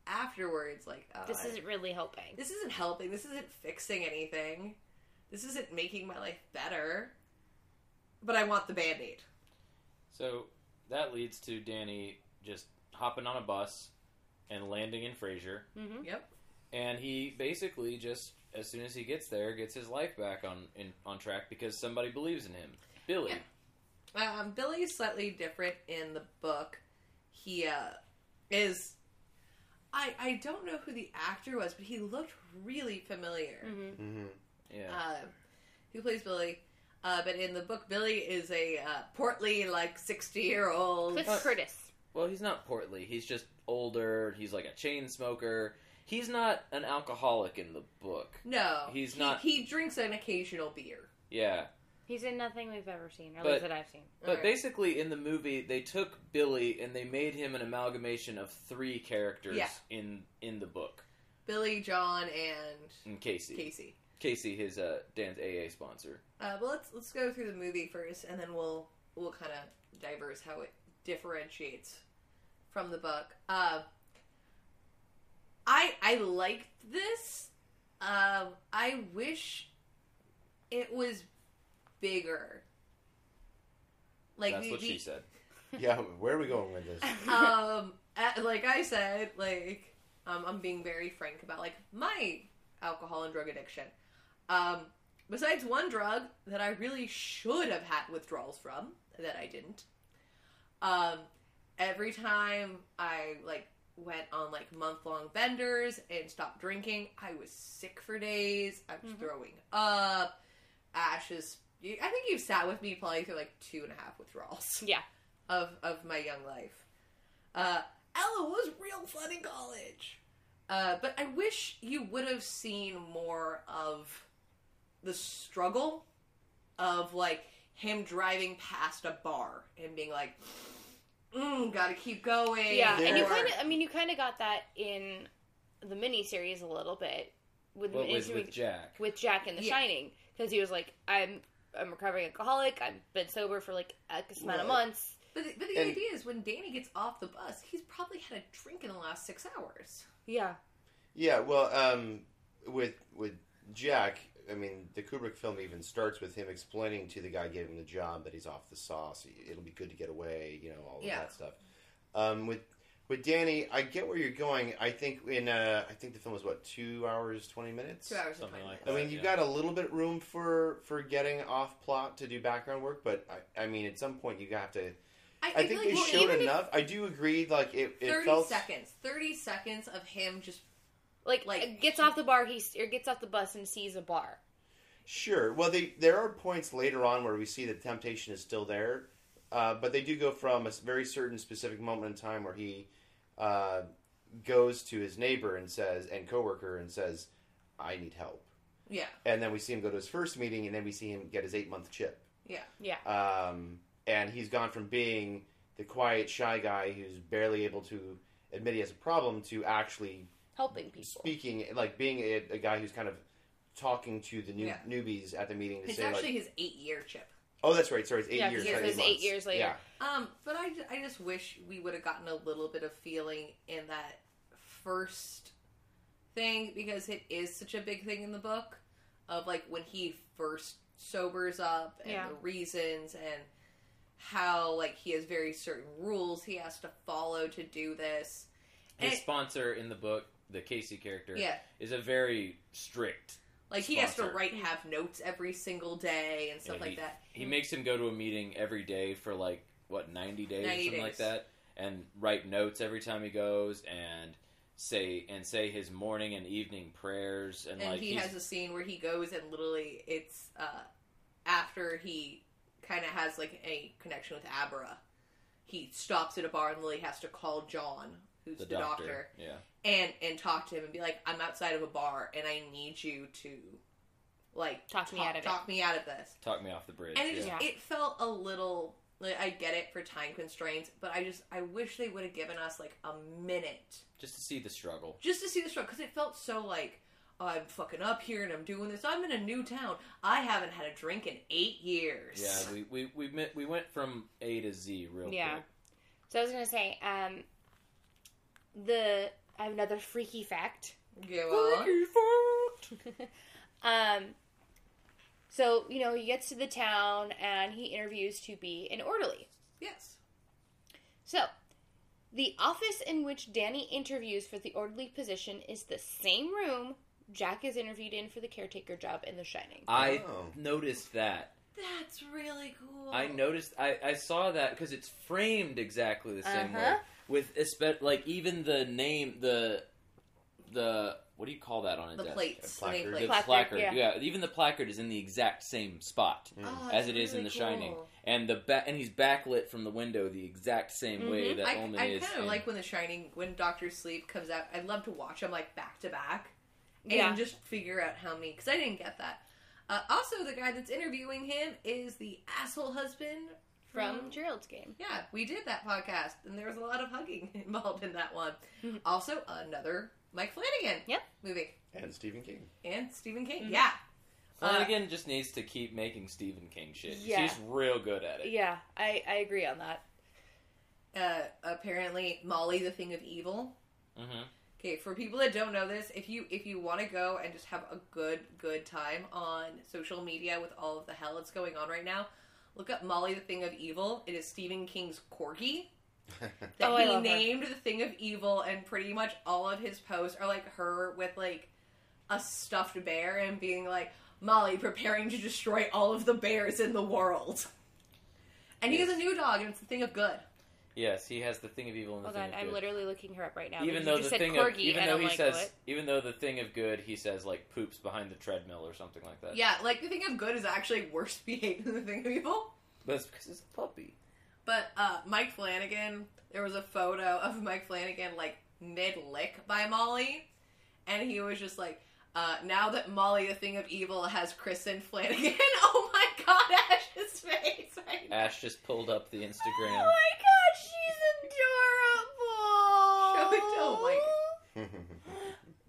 B: afterwards, like oh,
C: This
B: I-
C: isn't really helping.
B: this isn't helping. This isn't fixing anything. This isn't making my life better. But I want the band aid.
E: So that leads to Danny just hopping on a bus and landing in Fraser,
C: Mm-hmm.
B: Yep.
E: and he basically just as soon as he gets there gets his life back on in, on track because somebody believes in him. Billy.
B: Yeah. Um, Billy is slightly different in the book. He uh, is. I I don't know who the actor was, but he looked really familiar.
C: Mm-hmm.
F: Mm-hmm.
E: Yeah.
B: Uh, who plays Billy? Uh, but in the book, Billy is a uh, portly, like sixty year old.
C: Cliff Curtis.
E: Well, he's not portly. He's just older. He's like a chain smoker. He's not an alcoholic in the book.
B: No,
E: He's
B: He-
E: not-
B: He drinks an occasional beer.
E: Yeah.
C: He's in nothing we've ever seen, or at
E: But-
C: least that I've seen.
E: But
B: Right.
E: basically, in the movie, they took Billy and they made him an amalgamation of three characters
B: Yeah.
E: in in the book.
B: Billy, John, and
E: And Casey, Casey,
B: Casey.
E: his uh, Dan's AA sponsor.
B: Uh, well, let's let's go through the movie first, and then we'll we'll kind of diverse how it differentiates from the book. Uh, I I liked this. Um, I wish it was bigger. Like
E: That's
B: the,
E: what
B: the-
E: she said.
F: Yeah, where are we going with this?
B: um, uh, like I said, like um, I'm being very frank about like my alcohol and drug addiction. Um, besides one drug that I really should have had withdrawals from that I didn't. Um, every time I like went on like month long benders and stopped drinking, I was sick for days. I was
C: Mhm.
B: throwing up. Ashes. I think you've sat with me probably through like two and a half withdrawals
C: Yeah.
B: of of my young life. Uh, Ella was real fun in college, uh, but I wish you would have seen more of the struggle of like him driving past a bar and being like, mm, "Gotta keep going."
C: Yeah, and you
B: or-
C: kind of, I mean, you kind of got that in the miniseries a little bit with
E: What
C: the
E: was
C: interview
E: with
C: with,
E: Jack?
C: Jack and The
B: Yeah.
C: Shining because he was like, "I'm I'm a recovering alcoholic. I've been sober for like X amount of
F: Right.
C: months."
B: But the, but the
F: And-
B: idea is when Danny gets off the bus, he's probably had a drink in the last six hours.
C: Yeah,
F: Yeah, well, um, with with Jack, I mean, the Kubrick film even starts with him explaining to the guy who gave him the job that he's off the sauce. It'll be good to get away, you know, all of
B: Yeah.
F: that stuff. Um, with with Danny, I get where you're going. I think in uh, I think the film was what two hours twenty minutes.
B: Two hours and
E: Something
B: 20
E: like
F: I
B: minutes.
F: mean, you've
E: Yeah.
F: got a little bit room for for getting off plot to do background work, but I, I mean, at some point you have to.
B: I,
F: I think
B: like,
F: they
B: well,
F: showed
B: even if
F: enough. I do agree. Like it, it
B: Thirty
F: felt
B: seconds. Thirty seconds of him just
C: like
B: Like-
C: gets off the bar, he s- or gets off the bus and sees a bar.
F: Sure. Well, they, there are points later on where we see the temptation is still there, uh, but they do go from a s- very certain specific moment in time where he uh, goes to his neighbor and says, and coworker, and says, "I need help."
B: yeah.
F: And then we see him go to his first meeting, and then we see him get his eight month chip.
C: Yeah,
F: Um, and he's gone from being the quiet, shy guy who's barely able to admit he has a problem to actually
C: helping people.
F: speaking, like being a, a guy who's kind of talking to the new,
B: Yeah.
F: newbies at the meeting to
B: It's
F: say, like,
B: actually his eight year chip.
F: Oh, that's right. Sorry, it's eight
C: Yeah, 'cause
F: years.
B: it
F: not
B: says
F: months.
C: eight years later.
F: Yeah,
B: Um, but I, ju- I just wish we would have gotten a little bit of feeling in that first thing because it is such a big thing in the book of like when he first sobers up and
C: Yeah.
B: the reasons and how like he has very certain rules he has to follow to do this.
E: His
B: it-
E: sponsor in the book, the Casey character,
B: Yeah.
E: is a very strict.
B: Like he has to
E: Sponsor.
B: write have notes every single day and stuff
E: Yeah,
B: like that.
E: He makes him go to a meeting every day for like what ninety days
B: 90
E: or something
B: days.
E: like that, and write notes every time he goes and say and say his morning and evening prayers and,
B: and
E: like
B: he
E: he's-
B: has a scene where he goes and literally it's uh, after he kind of has like a connection with Abra, he stops at a bar and Lily has to call John who's
E: the
B: the,
E: doctor.
B: doctor
E: Yeah.
B: and and talk to him and be like, I'm outside of a bar and I need you to like
C: Talk me out of it.
B: talk me out of this.
E: Talk me off the bridge.
B: And it
E: yeah.
B: just
C: Yeah.
B: it felt a little like I get it for time constraints, but I just I wish they would have given us like a minute
E: just to see the struggle.
B: just to see the struggle because it felt so like oh, I'm fucking up here and I'm doing this. I'm in a new town. I haven't had a drink in eight years.
E: Yeah, we we we, met, we went from A to Z real
C: Yeah.
E: quick.
C: So I was gonna say, um, the I have another freaky fact.
B: Yeah, well,
C: um, so you know he gets to the town and he interviews to be an orderly.
B: yes.
C: So the office in which Danny interviews for the orderly position is the same room Jack is interviewed in for the caretaker job in The Shining.
E: I
F: Oh.
E: noticed that.
B: That's really cool.
E: I noticed. I, I saw that because it's framed exactly the same way.
C: Uh-huh.
E: With espe- like even the name the the what do you call that on a
B: the
E: desk?
B: plates.
F: A
B: the name
F: placard.
E: The
B: plates.
E: placard.
C: Placard, yeah.
E: yeah. Even the placard is in the exact same spot.
B: Oh,
E: as
B: that's
E: it is in
B: really
E: The Shining.
B: cool.
E: and the ba- and he's backlit from the window the exact same way
C: Mhm.
E: that
B: I,
E: Ullman
B: I
E: is.
B: kind of
E: in-
B: like when The Shining, when Doctor Sleep comes out. I love to watch them like back to back and
C: Yeah.
B: just figure out how many. Because I didn't get that. Uh, also, the guy that's interviewing him is the asshole husband
C: From Gerald's game.
B: Yeah, we did that podcast, and there was a lot of hugging involved in that one. also, another Mike Flanagan
C: Yep.
B: movie
F: and Stephen King.
B: and Stephen King. Yeah,
E: Flanagan just needs to keep making Stephen King shit.
C: uh, Yeah.
E: She's real good at it.
C: Yeah, I, I agree on that.
B: uh, apparently Molly, the Thing of Evil.
E: hmm
B: Okay, for people that don't know this, if you if you want to go and just have a good good time on social media with all of the hell that's going on right now, look up Molly, the Thing of Evil. It is Stephen King's corgi. that
C: Oh, I
B: he
C: love her.
B: named the thing of evil, and pretty much all of his posts are like her with like a stuffed bear and being like Molly preparing to destroy all of the bears in the world. And he has a new dog, and it's the thing of good.
E: Yes, he has the thing of evil and the
C: Hold
E: thing
C: on,
E: of
C: I'm
E: good.
C: literally looking her up right now.
E: even
C: because
E: though
C: you
E: the
C: just said
E: thing
C: corgi,
E: of even
C: and
E: though
C: I'm
E: he
C: like,
E: says
C: what?
E: even though the thing of good he says like poops behind the treadmill or something like that.
B: Yeah, like the thing of good is actually worse behaved than the thing of evil.
E: but it's because it's a puppy.
B: But uh, Mike Flanagan, there was a photo of Mike Flanagan like mid lick by Molly, and he was just like, uh, "Now that Molly, the thing of evil, has christened Flanagan, oh my God, Ash's face!" right now.
E: Ash just pulled up the
C: Oh my
E: Instagram.
C: god, she's adorable.
B: Show it to him,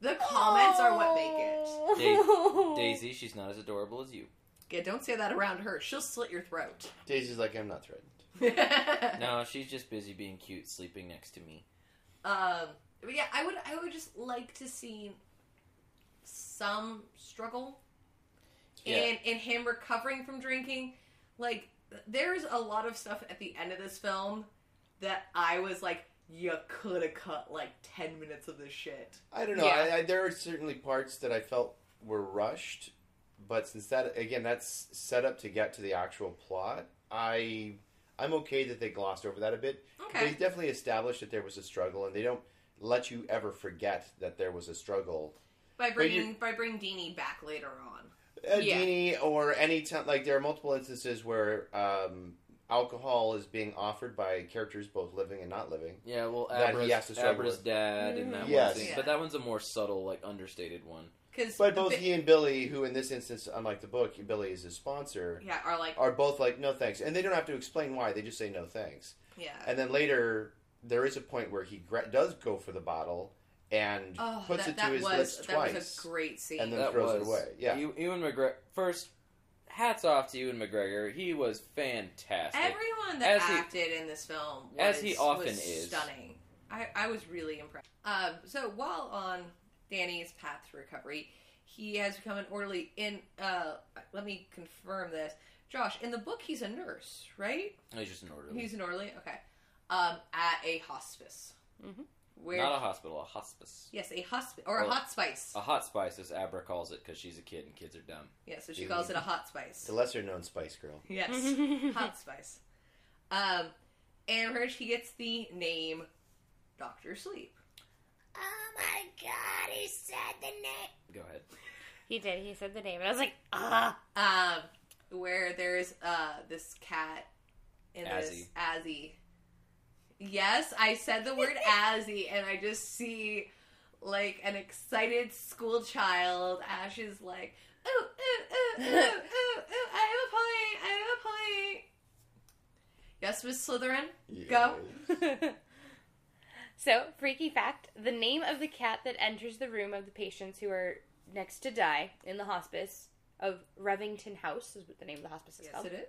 B: like- The comments are what make it.
E: Da- Daisy, she's not as adorable as you.
B: Yeah, don't say that around her; she'll slit your throat.
F: Daisy's like, I'm not threatened.
E: No, she's just busy being cute, sleeping next to me.
B: Um, but yeah, I would, I would just like to see some struggle
E: Yeah.
B: and and him recovering from drinking like there's a lot of stuff at the end of this film that i was like you could have cut like 10 minutes of this shit
F: I don't know.
C: Yeah.
F: I, I, there are certainly parts that I felt were rushed, but since that again, that's set up to get to the actual plot. I I'm okay that they glossed over that a bit. They
B: okay
F: definitely established that there was a struggle, and they don't let you ever forget that there was a struggle.
B: by bringing
F: you-
B: by bringing deanie back later on
F: Uh,
C: Yeah.
F: Dini or any time, like there are multiple instances where um, alcohol is being offered by characters both living and not living.
E: Yeah, well,
F: That he
E: Abra's,
F: has to struggle
E: Abra's
F: with.
E: dad and that
F: Yes.
E: one thing,
B: Yeah.
E: but that one's a more subtle, like understated one.
B: because
F: But both he and Billy, who in this instance, unlike the book, Billy is his sponsor.
B: yeah are like
F: are both like no thanks and they don't have to explain why they just say no thanks
B: yeah
F: and then later there is a point where he gra- does go for the bottle and
B: oh
F: puts
B: that,
F: it to
B: that
F: his
B: was
F: lips
B: that
F: twice
B: was a great scene
F: and then
E: That
F: throws
E: was-
F: it away yeah
E: E- Ewan McGregor. First, hats off to Ewan McGregor. He was fantastic.
B: everyone that
E: As he-
B: acted in this film was,
E: as he often
B: was
E: is.
B: stunning I, I was really impressed um, so while on danny's path to recovery he has become an orderly in uh, let me confirm this josh in the book he's a nurse right
E: He's just an orderly.
B: he's an orderly okay um, at a hospice
C: Mhm.
B: where
E: Mm-hmm. Not a Oh. hospital, a hospice.
B: yes a hospice or a
E: Or-
B: hot spice
E: A hot spice, as Abra calls it, because she's a kid and kids are dumb.
B: yeah so she calls it a hot spice
F: the lesser known spice girl
B: yes hot spice um, and where she gets the name dr sleep
E: Go ahead.
C: he did. He said the name, and I was like, ah.
B: um, where there's uh this cat in this
E: Azzy.
B: Azzy. yes, I said the word Azzy, and I just see like an excited school child. Ash is like, ooh, ooh, ooh, ooh, ooh, ooh, I have a point, I have a point. Yes, Miss Slytherin? Go.
C: so, freaky fact the name of the cat that enters the room of the patients who are next to die in the hospice of Revington House, is what the name of the hospice is
B: Yes,
C: called,
B: it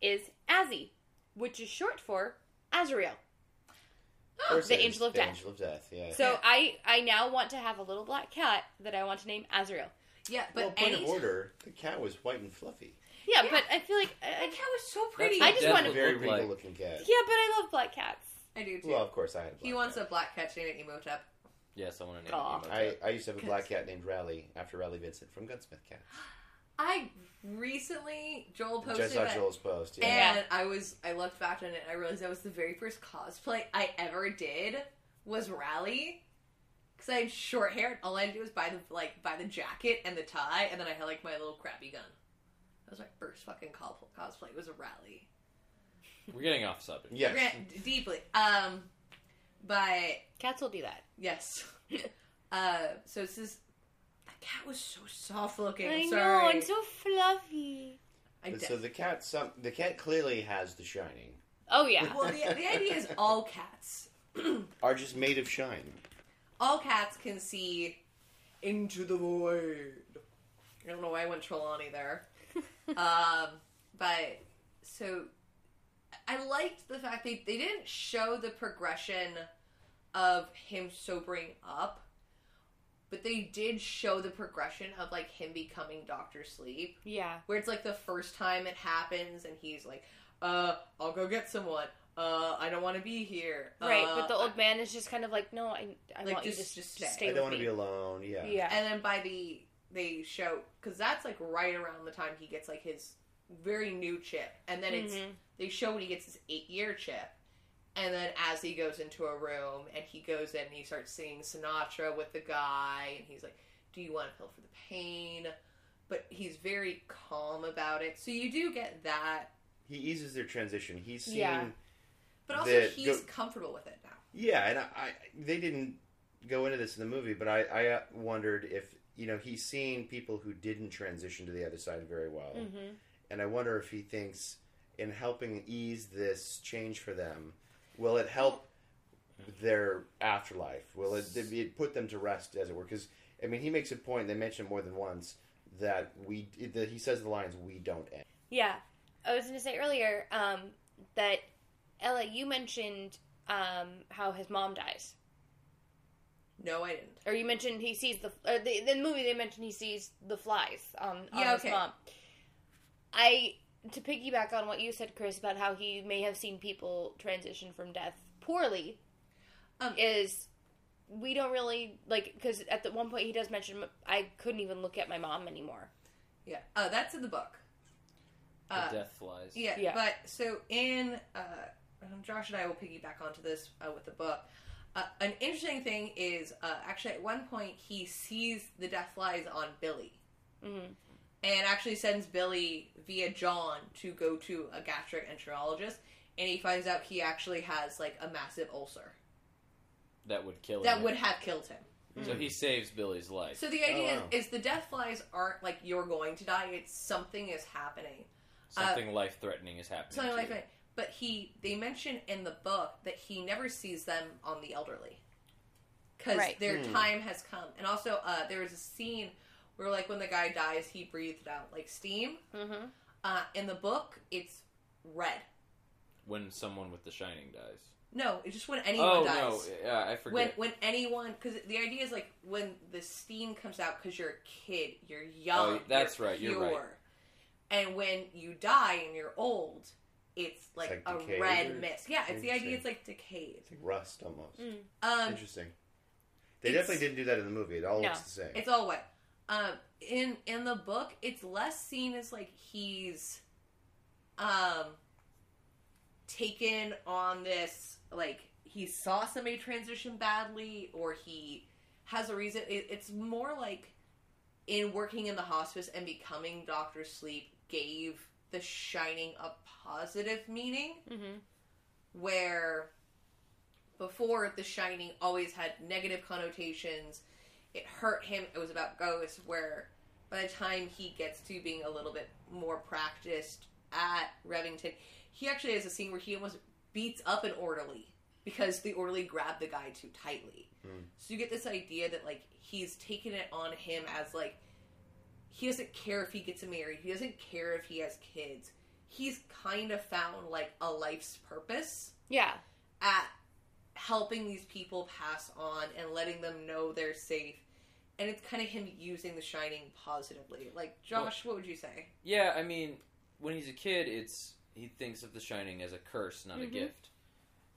B: is.
C: is Azzy, which is short for Azrael.
F: Of course
C: The
F: it is.
C: Angel of
F: the
C: Death.
F: Angel of Death. Yeah.
C: So, I, I now want to have a little black cat that I want to name Azrael.
B: Yeah,
F: well,
B: but
F: point
B: any
F: of order, the cat was white and fluffy.
C: Yeah,
B: Yeah.
C: but I feel like. I,
B: that
C: I-
B: cat was so
E: That's
B: pretty.
E: what
C: I just
E: Death
C: wanted-
E: would
F: very
E: look
F: regal
E: like.
F: looking cat.
C: yeah, but I love black cats.
B: I do too.
F: Well, of course, I had. A black
B: he wants a
F: cat.
B: black cat named Emotep.
E: Yes, I want to name
C: Aw.
E: it.
F: I, I used to have a black
B: Good.
F: cat named Rally after Rally Vincent from Gunsmith Cats.
B: I recently Joel posted
F: Just saw
B: that-
F: Joel's post. Yeah.
C: Yeah.
B: And I was I looked back on it and I realized that was the very first cosplay I ever did was Rally. Cause I had short hair and all I had to do was buy the like buy the jacket and the tie and then I had like my little crappy gun. That was my first fucking co- cosplay was a rally.
E: We're getting off subject.
F: Yes.
B: Grant, deeply. Um but
C: Cats will do that.
B: yes. uh so it's this that cat was so soft looking. I'm
C: I
B: sorry.
C: know, and so fluffy.
B: I
F: But
B: de-
F: So the cat, some the cat clearly has the shining.
C: Oh yeah.
B: well the, the idea is all cats
F: Are just made of shine.
B: all cats can see into the void. I don't know why I went Trelawney there. um, but so I liked the fact they, they didn't show the progression of him sobering up, but they did show the progression of like him becoming Doctor Sleep
C: Yeah.
B: where it's like the first time it happens and he's like, uh, I'll go get someone. Uh, I don't want to be here.
C: Right,
B: Uh,
C: but the old man is just kind of like, no, I, I
B: Like,
C: want you to
B: just-
C: just,
B: just
C: stay.
B: stay.
F: I
C: with
F: don't want to
C: me.
F: be alone. Yeah.
C: Yeah.
B: And then by the they show because that's like right around the time he gets like his very new chip, and then it's
C: Mhm.
B: they show when he gets his eight year chip, and then as he goes into a room and he goes in and he starts singing Sinatra with the guy, and he's like, "Do you want to feel for the pain?" But he's very calm about it, so you do get that.
F: He eases their transition. He's seen.
C: Yeah.
B: But also,
F: That
B: he's
F: go-
B: comfortable with it now.
F: Yeah, and I, I they didn't go into this in the movie, but I, I uh, wondered if you know he's seeing people who didn't transition to the other side very well,
C: Mhm.
F: and I wonder if he thinks in helping ease this change for them, will it help their afterlife? Will it, it, it put them to rest, as it were? Because I mean, he makes a point. They mention it more than once that we that he says the lines we don't end.
C: Yeah. I was going to say earlier um, that Ella, you mentioned um, how his mom dies,
B: No, I didn't.
C: or you mentioned he sees the or the, the movie. They mentioned he sees the flies on, on
B: Yeah,
C: his
B: okay.
C: mom. I to piggyback on what you said, Chris, about how he may have seen people transition from death poorly.
B: Um,
C: is we don't really like because at the one point he does mention I couldn't even look at my mom anymore.
B: Yeah. Oh, that's in the book.
E: The
B: Uh,
E: death flies.
B: Yeah,
C: Yeah.
B: but so in uh, um, Josh and I will piggyback onto this uh, with the book. Uh, an interesting thing is uh, actually at one point he sees the death flies on Billy
C: Mhm.
B: and actually sends Billy via John to go to a gastroenterologist and he finds out he actually has like a massive ulcer
E: That would kill
B: that
E: him.
B: would have killed him.
E: So he saves Billy's life.
B: So the idea
F: wow.
B: is, is the death flies aren't like you're going to die, it's something is happening.
E: Something life threatening is happening.
B: uh, Something
E: to
B: like
E: you.
B: that. But he, they mention in the book that he never sees them on the elderly because
C: Right.
B: their
F: Hmm.
B: time has come. And also, uh, there was a scene where, like, when the guy dies, he breathed out like steam.
C: Mm-hmm.
B: Uh, in the book, it's red.
E: When someone with the shining dies.
B: No, it's just when anyone
E: Oh
B: dies.
E: no, yeah, I
B: when
E: forget.
B: when anyone, because the idea is like when the steam comes out, because you're a kid, you're
E: Oh,
B: young,
E: that's
B: you're
E: right, you're
B: pure.
E: right.
B: And when you die and you're old, it's like,
F: like
B: a
F: decayed or-
B: red mist. Yeah, it's the idea.
F: Interesting.
B: It's like decayed.
F: It's like rust almost.
C: Mm.
B: Um,
F: Interesting. They
B: it's-
F: definitely didn't do that in the movie. It all
C: No.
F: looks the same.
B: it's all wet. Um, in in the book, it's less seen as like he's, um, taken on this like he saw somebody transition badly or he has a reason. It, it's more like in working in the hospice and becoming Doctor Sleep gave the Shining a positive meaning
C: Mm-hmm.
B: where before The Shining always had negative connotations. It hurt him. It was about ghosts. Where by the time he gets to being a little bit more practiced at Revington, he actually has a scene where he almost beats up an orderly because the orderly grabbed the guy too tightly.
F: Mm.
B: So you get this idea that like he's taken it on him as like he doesn't care if he gets married. He doesn't care if he has kids. He's kind of found like a life's purpose
C: Yeah.
B: at helping these people pass on and letting them know they're safe. And it's kind of him using The Shining positively. Like, Josh, what would you say?
E: Yeah, I mean, when he's a kid, it's he thinks of The Shining as a curse, not a
B: Mm-hmm.
C: Mhm.
E: gift.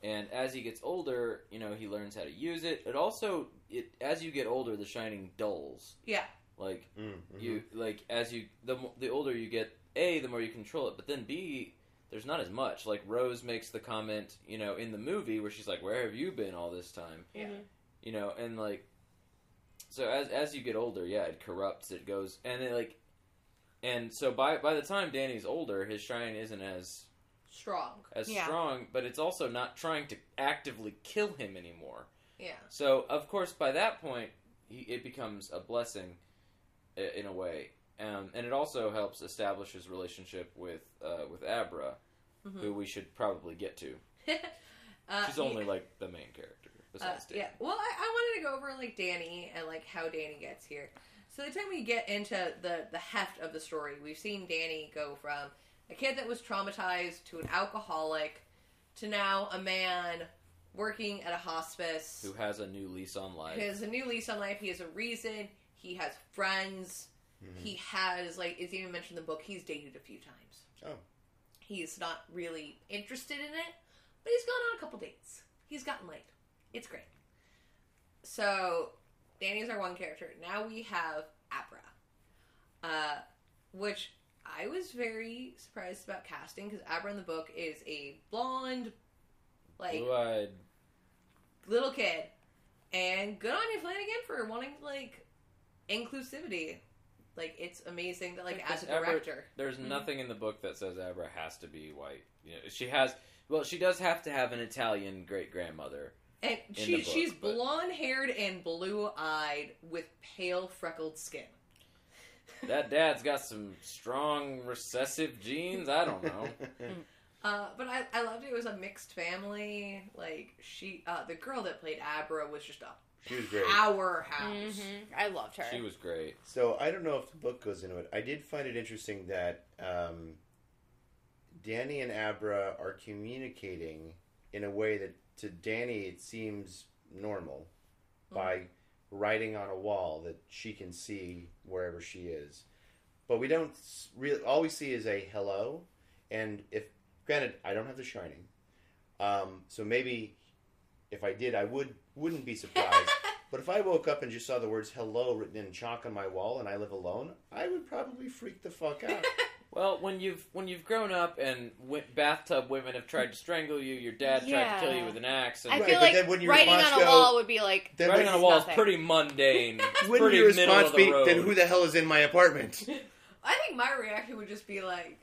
E: And as he gets older, you know, he learns how to use it. It also, it as you get older, The Shining dulls.
B: Yeah.
E: Like
F: Mm, mhm.
E: you, like as you the mo- the older you get, a the more you control it, but then b there's not as much. Like Rose makes the comment, you know, in the movie where she's like, "Where have you been all this time?"
B: Yeah.
E: you know and like so as as you get older yeah it corrupts it goes and it like and so by by the time danny's older his shrine isn't as
B: Strong.
E: as
C: Yeah.
E: strong but it's also not trying to actively kill him anymore
B: Yeah.
E: so of course by that point he, it becomes a blessing i- in a way um, and it also helps establish his relationship with uh, with abra who we should probably get to
B: Mm-hmm. Uh,
E: she's
B: he-
E: only like the main character
B: Uh,
E: besides danny
B: yeah. Well, I, I wanted to go over like Danny and like how Danny gets here. So the time we get into the the heft of the story, we've seen Danny go from a kid that was traumatized to an alcoholic to now a man working at a hospice.
E: who has a new lease on life
B: He has a new lease on life. He has a reason. He has friends.
F: Mhm.
B: He has like it's even mentioned in the book. He's dated a few times.
F: Oh.
B: He's not really interested in it, but he's gone on a couple dates. He's gotten laid. It's great. So Danny's our one character. Now we have Abra, uh, which I was very surprised about casting because Abra in the book is a blonde, like
E: Blue-eyed
B: little kid. And good on you, Flanagan, for wanting like inclusivity. Like it's amazing that like
E: Like,
B: as a
E: does Abra-
B: director,
E: There's nothing in the book that says Abra has to be white. You know, she has. Well, she does have to have an Italian great grandmother.
B: and
E: the
B: she
E: book,
B: she's
E: but-
B: blonde haired and blue eyed with pale freckled skin.
E: That dad's got some strong recessive genes. I don't know.
B: Uh, but I, I loved it. It was a mixed family. Like she, uh, the girl that played Abra was just a
F: she was great.
B: powerhouse. Mm-hmm.
C: Mhm. I loved her.
E: She was great.
F: So I don't know if the book goes into it. I did find it interesting that um, Danny and Abra are communicating in a way that to Danny it seems normal by writing on a wall that she can see wherever she is. But we don't s- really. All we see is a hello, and if granted, I don't have The Shining, um, so maybe if I did, I would wouldn't be surprised. But if I woke up and just saw the words "hello" written in chalk on my wall, and I live alone, I would probably freak the fuck out.
E: Well, when you've when you've grown up and w- bathtub women have tried to strangle you, your dad tried to kill you
C: Yeah.
E: with an axe,
C: I
E: and
F: Right,
C: feel
F: but
C: like
F: then when your
C: writing
F: response
C: on a
F: go-
C: wall would be like,
F: then
E: writing
F: when-
E: on a wall is
C: nothing.
E: pretty mundane. It's
F: wouldn't
E: pretty
F: your
E: middle
F: response
E: of the
F: be,
E: road.
F: "Then who the hell is in my apartment?"
B: I think my reaction would just be like,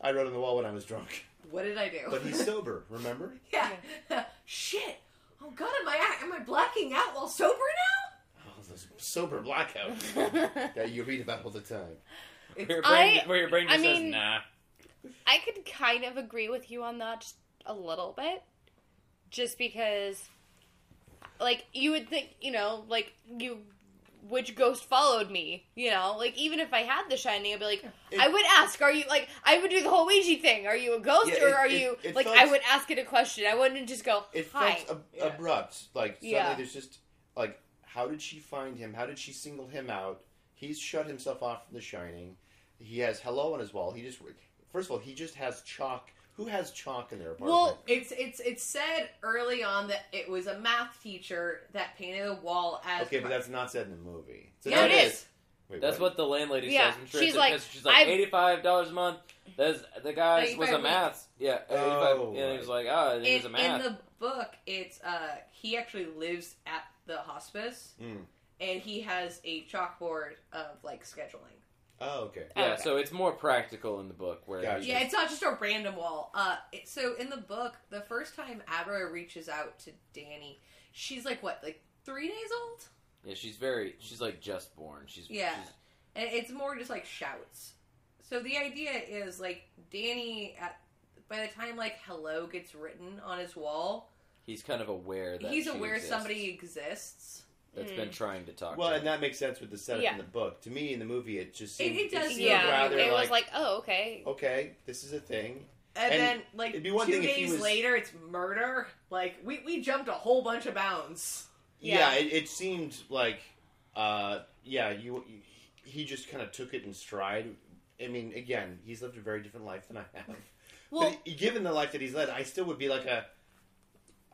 F: I wrote on the wall when I was drunk,
B: "What did I do?"
F: but he's sober. Remember?
B: yeah. Shit. Oh god, am I am I blacking out while sober now?
F: Oh, those sober blackouts that you read about all the time.
E: where your brain,
C: I-
E: where your brain
C: I
E: just
C: mean-
E: says, "Nah."
C: I could kind of agree with you on that just a little bit. Just because, like, you would think, you know, like, you, which ghost followed me? You know, like, even if I had the shining, I'd be like,
F: It-
C: I would ask, are you, like, I would do the whole Ouija thing. Are you a ghost
F: Yeah,
C: or
F: it-
C: are
F: it-
C: you,
F: it
C: like,
F: felt-
C: I would ask it a question. I wouldn't just go,
F: It
C: hi.
F: felt ab-
B: Yeah.
F: abrupt. Like suddenly,
C: Yeah.
F: there's just like, how did she find him? How did she single him out? He's shut himself off from The Shining. He has hello on his wall. He just first of all, he just has chalk. Who has chalk in their apartment?
C: Well,
B: It's it's it's said early on that it was a math teacher that painted the wall as
F: okay, but that's not said in the movie. So
B: yeah,
F: that
B: it is.
F: Wait,
E: That's what the landlady
C: Yeah,
E: says. when she
C: she's
E: writes it,
C: like,
E: 'cause she's like
C: I've-
E: eighty-five dollars a month. That's the guy was
B: 85
E: a
B: weeks.
E: math. Yeah,
F: Oh.
E: 85, and he was like, ah, oh,
B: In,
E: he was a
B: in
E: math.
B: the book, it's uh he actually lives at the hospice
F: Mm.
B: and he has a chalkboard of like scheduling.
F: Oh, okay.
C: Oh,
E: Yeah,
C: okay.
E: so it's more practical in the book where
F: Gotcha.
E: he-
B: Yeah, it's not just a random wall. Uh, it- so in the book, the first time Abra reaches out to Danny, she's like what, like three days old,
E: yeah, she's very she's like just born. She's
B: Yeah.
E: she's-
B: and it's more just like shouts. So the idea is like Danny, at by the time like hello gets written on his wall,
E: he's kind of aware that
B: he's
E: she
B: aware
E: exists,
B: somebody exists.
E: that's
C: Mm.
E: been trying to talk.
F: Well,
E: to
F: and
E: him.
F: that makes sense with the setup
C: Yeah.
F: in the book. To me, in the movie, it just
B: It-
F: seemed,
B: it does
F: seemed
B: feel
C: yeah,
F: rather
C: it
F: like,
C: was like, oh, okay.
F: okay, this is a thing.
B: And,
F: And
B: then like
F: it'd be one
B: two
F: thing if he
B: days
F: was-
B: later, it's murder. Like we we jumped a whole bunch of bounds.
F: Yeah,
C: Yeah.
F: it, it seemed like, uh, yeah, you, you he just kind of took it in stride. I mean, again, he's lived a very different life than I have.
C: Well,
F: but given the life that he's led, I still would be like a.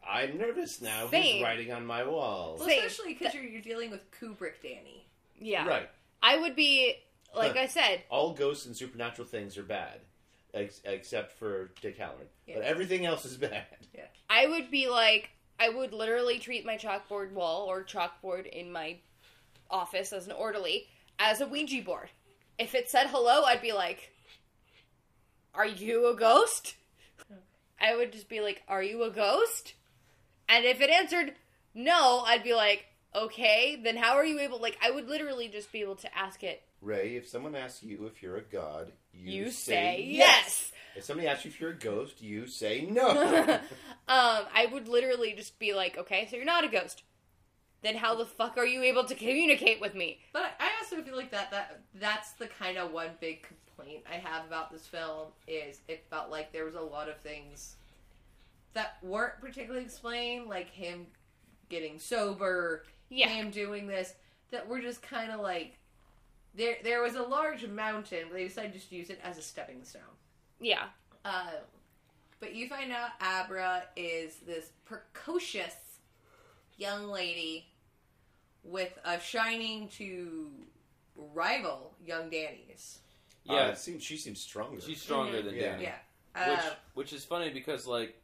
F: I'm nervous now. Who's
C: Same.
F: writing on my wall?
C: Well,
B: Well,
C: Same.
B: especially because you're, you're dealing with Kubrick, Danny.
C: yeah.
F: Right.
C: I would be, like
F: Huh.
C: I said,
F: All ghosts and supernatural things are bad, ex- except for Dick Halloran.
B: Yeah.
F: But everything else is bad.
C: I would be like, I would literally treat my chalkboard wall or chalkboard in my office as an orderly as a Ouija board. If it said hello, I'd be like, Are you a ghost? I would just be like, Are you a ghost? And if it answered no, I'd be like, Okay, then how are you able? Like, I would literally just be able to ask it,
F: Ray, if someone asks you if you're a god,
C: You,
F: you,
C: say yes.
F: If somebody asks you if you're a ghost, you say no.
C: Um, I would literally just be like, okay, so you're not a ghost. Then how the fuck are you able to communicate with me?
B: But I also feel like that that that's the kind of one big complaint I have about this film is it felt like there was a lot of things that weren't particularly explained, like him getting sober,
C: Yeah.
B: him doing this, that were just kind of like there. There was a large mountain, but they decided to just use it as a stepping stone.
C: Yeah.
B: Um, but you find out Abra is this precocious young lady with a shining to rival young Danny's.
E: yeah,
F: Uh, it seems, she seems stronger.
E: she's stronger than
F: Yeah.
E: Danny.
B: Yeah. Uh,
E: which which is funny because like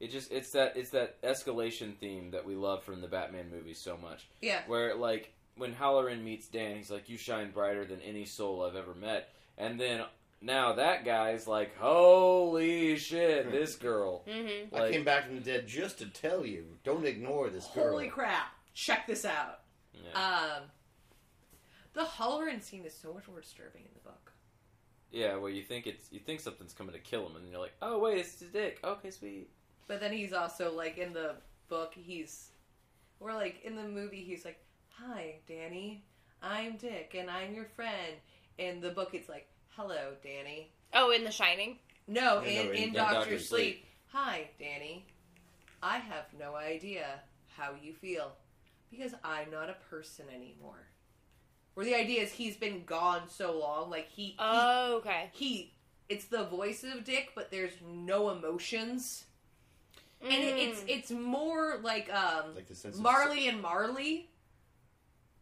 E: it just it's that it's that escalation theme that we love from the Batman movies so much.
B: yeah.
E: Where like when Halloran meets Dan, he's like, "You shine brighter than any soul I've ever met," and then now that guy's like, "Holy shit, this girl!"
C: Mm-hmm.
F: I
E: Like-
F: came back from the dead just to tell you, don't ignore this girl.
B: Holy crap. Check this out.
E: Yeah,
B: Um, the Halloran scene is so much more disturbing in the book.
E: yeah where you think it's you think something's coming to kill him, and you're like, "Oh wait, it's his dick." Okay, sweet.
B: But then he's also like in the book, he's or like in the movie, he's like, "Hi, Danny, I'm Dick, and I'm your friend." In the book, it's like, "Hello, Danny."
C: Oh, in The Shining.
B: No, in,
F: No, no,
B: in,
F: in- in
B: Doctor,
E: Dr.
B: Sleep.
E: Sleep.
B: Hi, Danny. I have no idea how you feel because I'm not a person anymore. Where the idea is he's been gone so long, like he,
C: Oh, okay.
B: he, he it's the voice of Dick, but there's no emotions
C: Mm.
B: and it, it's it's more like um
F: Like the sense of-
B: Marley and Marley.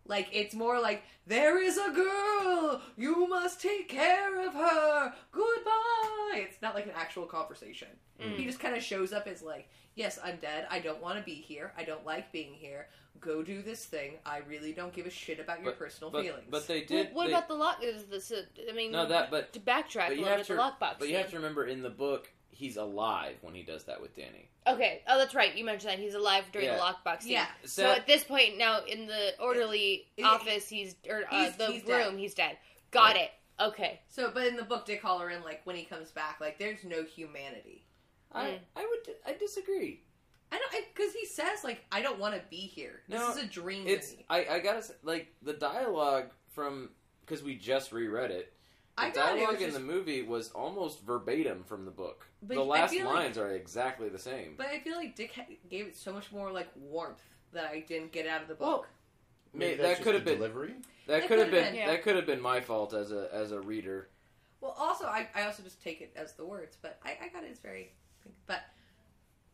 B: Like it's more like there is a girl, you must take care of her. Goodbye. It's not like an actual conversation. He just kind of shows up as like, "Yes, I'm dead. I don't want to be here. I don't like being here. Go do this thing. I really don't give a shit about your personal
E: but,
B: feelings."
E: But they
C: Well,
E: did.
C: what
E: they-
C: about the lock? Is this a, I mean,
E: no that? But
C: to backtrack
E: but
C: a
E: you
C: little
E: have
C: bit,
E: to-
C: the lockbox.
E: but you have to
C: scene.
E: remember in the book he's alive when he does that with Danny.
C: Okay. Oh, that's right. You mentioned that he's alive during the
E: Yeah.
C: lockbox. Scene.
B: yeah,
C: So at this point, now in the orderly
B: It- it-
C: office, he's or uh,
B: He's-
C: the
B: he's dead.
C: room, he's dead. Got it. Okay.
B: so but in the book, Dick Halloran, like when he comes back, like there's no humanity. mm.
E: I, I would I disagree.
B: I don't because he says like I don't want to be here. This
E: No,
B: is a dream. to
E: It's
B: me."
E: I, I gotta say, like the dialogue from because we just reread it. The
B: I got it. It
E: dialogue
B: was
E: in
B: just-
E: the movie was almost verbatim from the book.
B: But I
E: the last
B: feel like-
E: lines are exactly the same.
B: But I feel like Dick ha- gave it so much more like warmth that I didn't get out of the
E: Well,
B: book.
F: Maybe
E: That
F: that's just
E: could
F: the
E: have been-
F: delivery.
E: that
B: it
E: could have
B: could've
E: been,
B: been,
C: yeah.
E: that could have been my fault as a as a reader.
B: Well, also I, I also just take it as the words, but I, I got it as very. But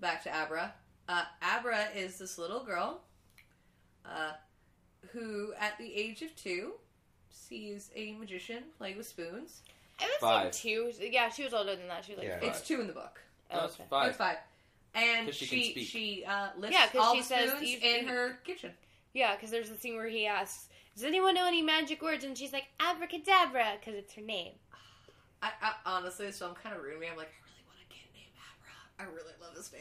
B: back to Abra. Uh, Abra is this little girl, uh, who at the age of two sees a magician playing with spoons.
C: I was
E: Five.
C: two. Yeah, she was older than that. She was like
F: Yeah.
C: four.
B: It's two in the book.
C: Oh,
E: That's
C: okay.
B: It's
E: five.
B: five. And
E: 'Cause she
B: she
E: can
B: she,
E: speak.
B: uh, lifts
C: Yeah, 'cause
B: all
C: she
B: the
C: says
B: spoons
C: you-
B: in her kitchen.
C: Yeah, because there's the scene where he asks does anyone know any magic words? And she's like, abracadabra, because it's her name.
B: I, I honestly, so I'm kind of ruining. I'm like, I really want a kid named Abra. I really love his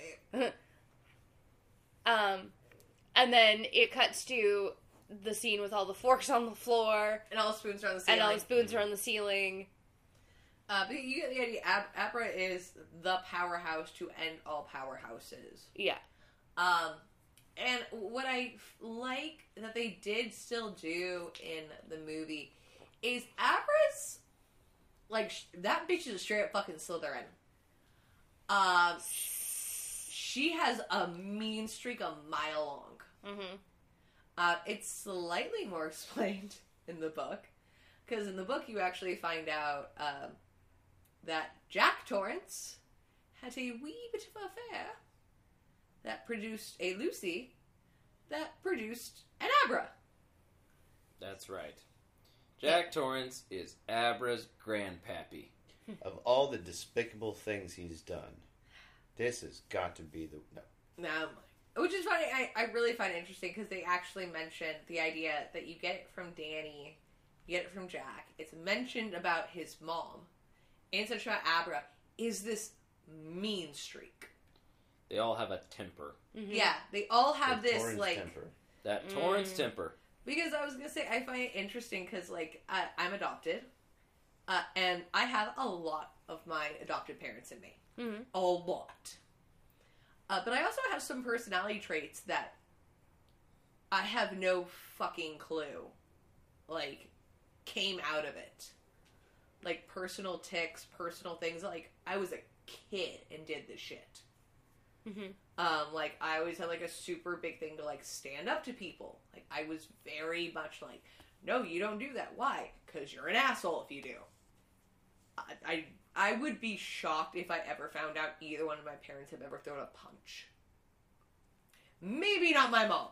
B: name.
C: Um, and then it cuts to the scene with all the forks on the floor
B: And all the spoons are on the same.
C: and all the spoons are on the ceiling.
B: uh, but you get the idea. Ab- Abra is the powerhouse to end all powerhouses.
C: Yeah.
B: Um, and what I f- like that they did still do in the movie is Abra's like sh- that bitch is a straight up fucking Slytherin. Um, she has a mean streak a mile long.
C: Mm-hmm.
B: Uh, it's slightly more explained in the book because in the book you actually find out um, that Jack Torrance had a wee bit of an affair that produced a Lucy that produced an Abra.
E: That's right. Jack Torrance is Abra's grandpappy.
F: Of all the despicable things he's done, this has got to be the no.
B: Um, which is funny. I, I really find it interesting because they actually mentioned the idea that you get it from Danny, you get it from Jack. It's mentioned about his mom. And such about Abra is this mean streak.
E: They all have a temper.
B: Yeah, they all have
F: the
B: this
F: Torrance
B: like
F: temper.
E: That Torrance
B: Mm.
E: temper.
B: because I was gonna say I find it interesting because like I, I'm adopted, uh, and I have a lot of my adopted parents in me,
C: Mhm.
B: a lot. Uh, but I also have some personality traits that I have no fucking clue, like came out of it, like personal ticks, personal things. Like I was a kid and did this shit.
C: Mhm.
B: Um, like I always had like a super big thing to like stand up to people. Like I was very much like, no, you don't do that. Why? Because you're an asshole if you do. I, I I would be shocked if I ever found out either one of my parents have ever thrown a punch. Maybe not my mom.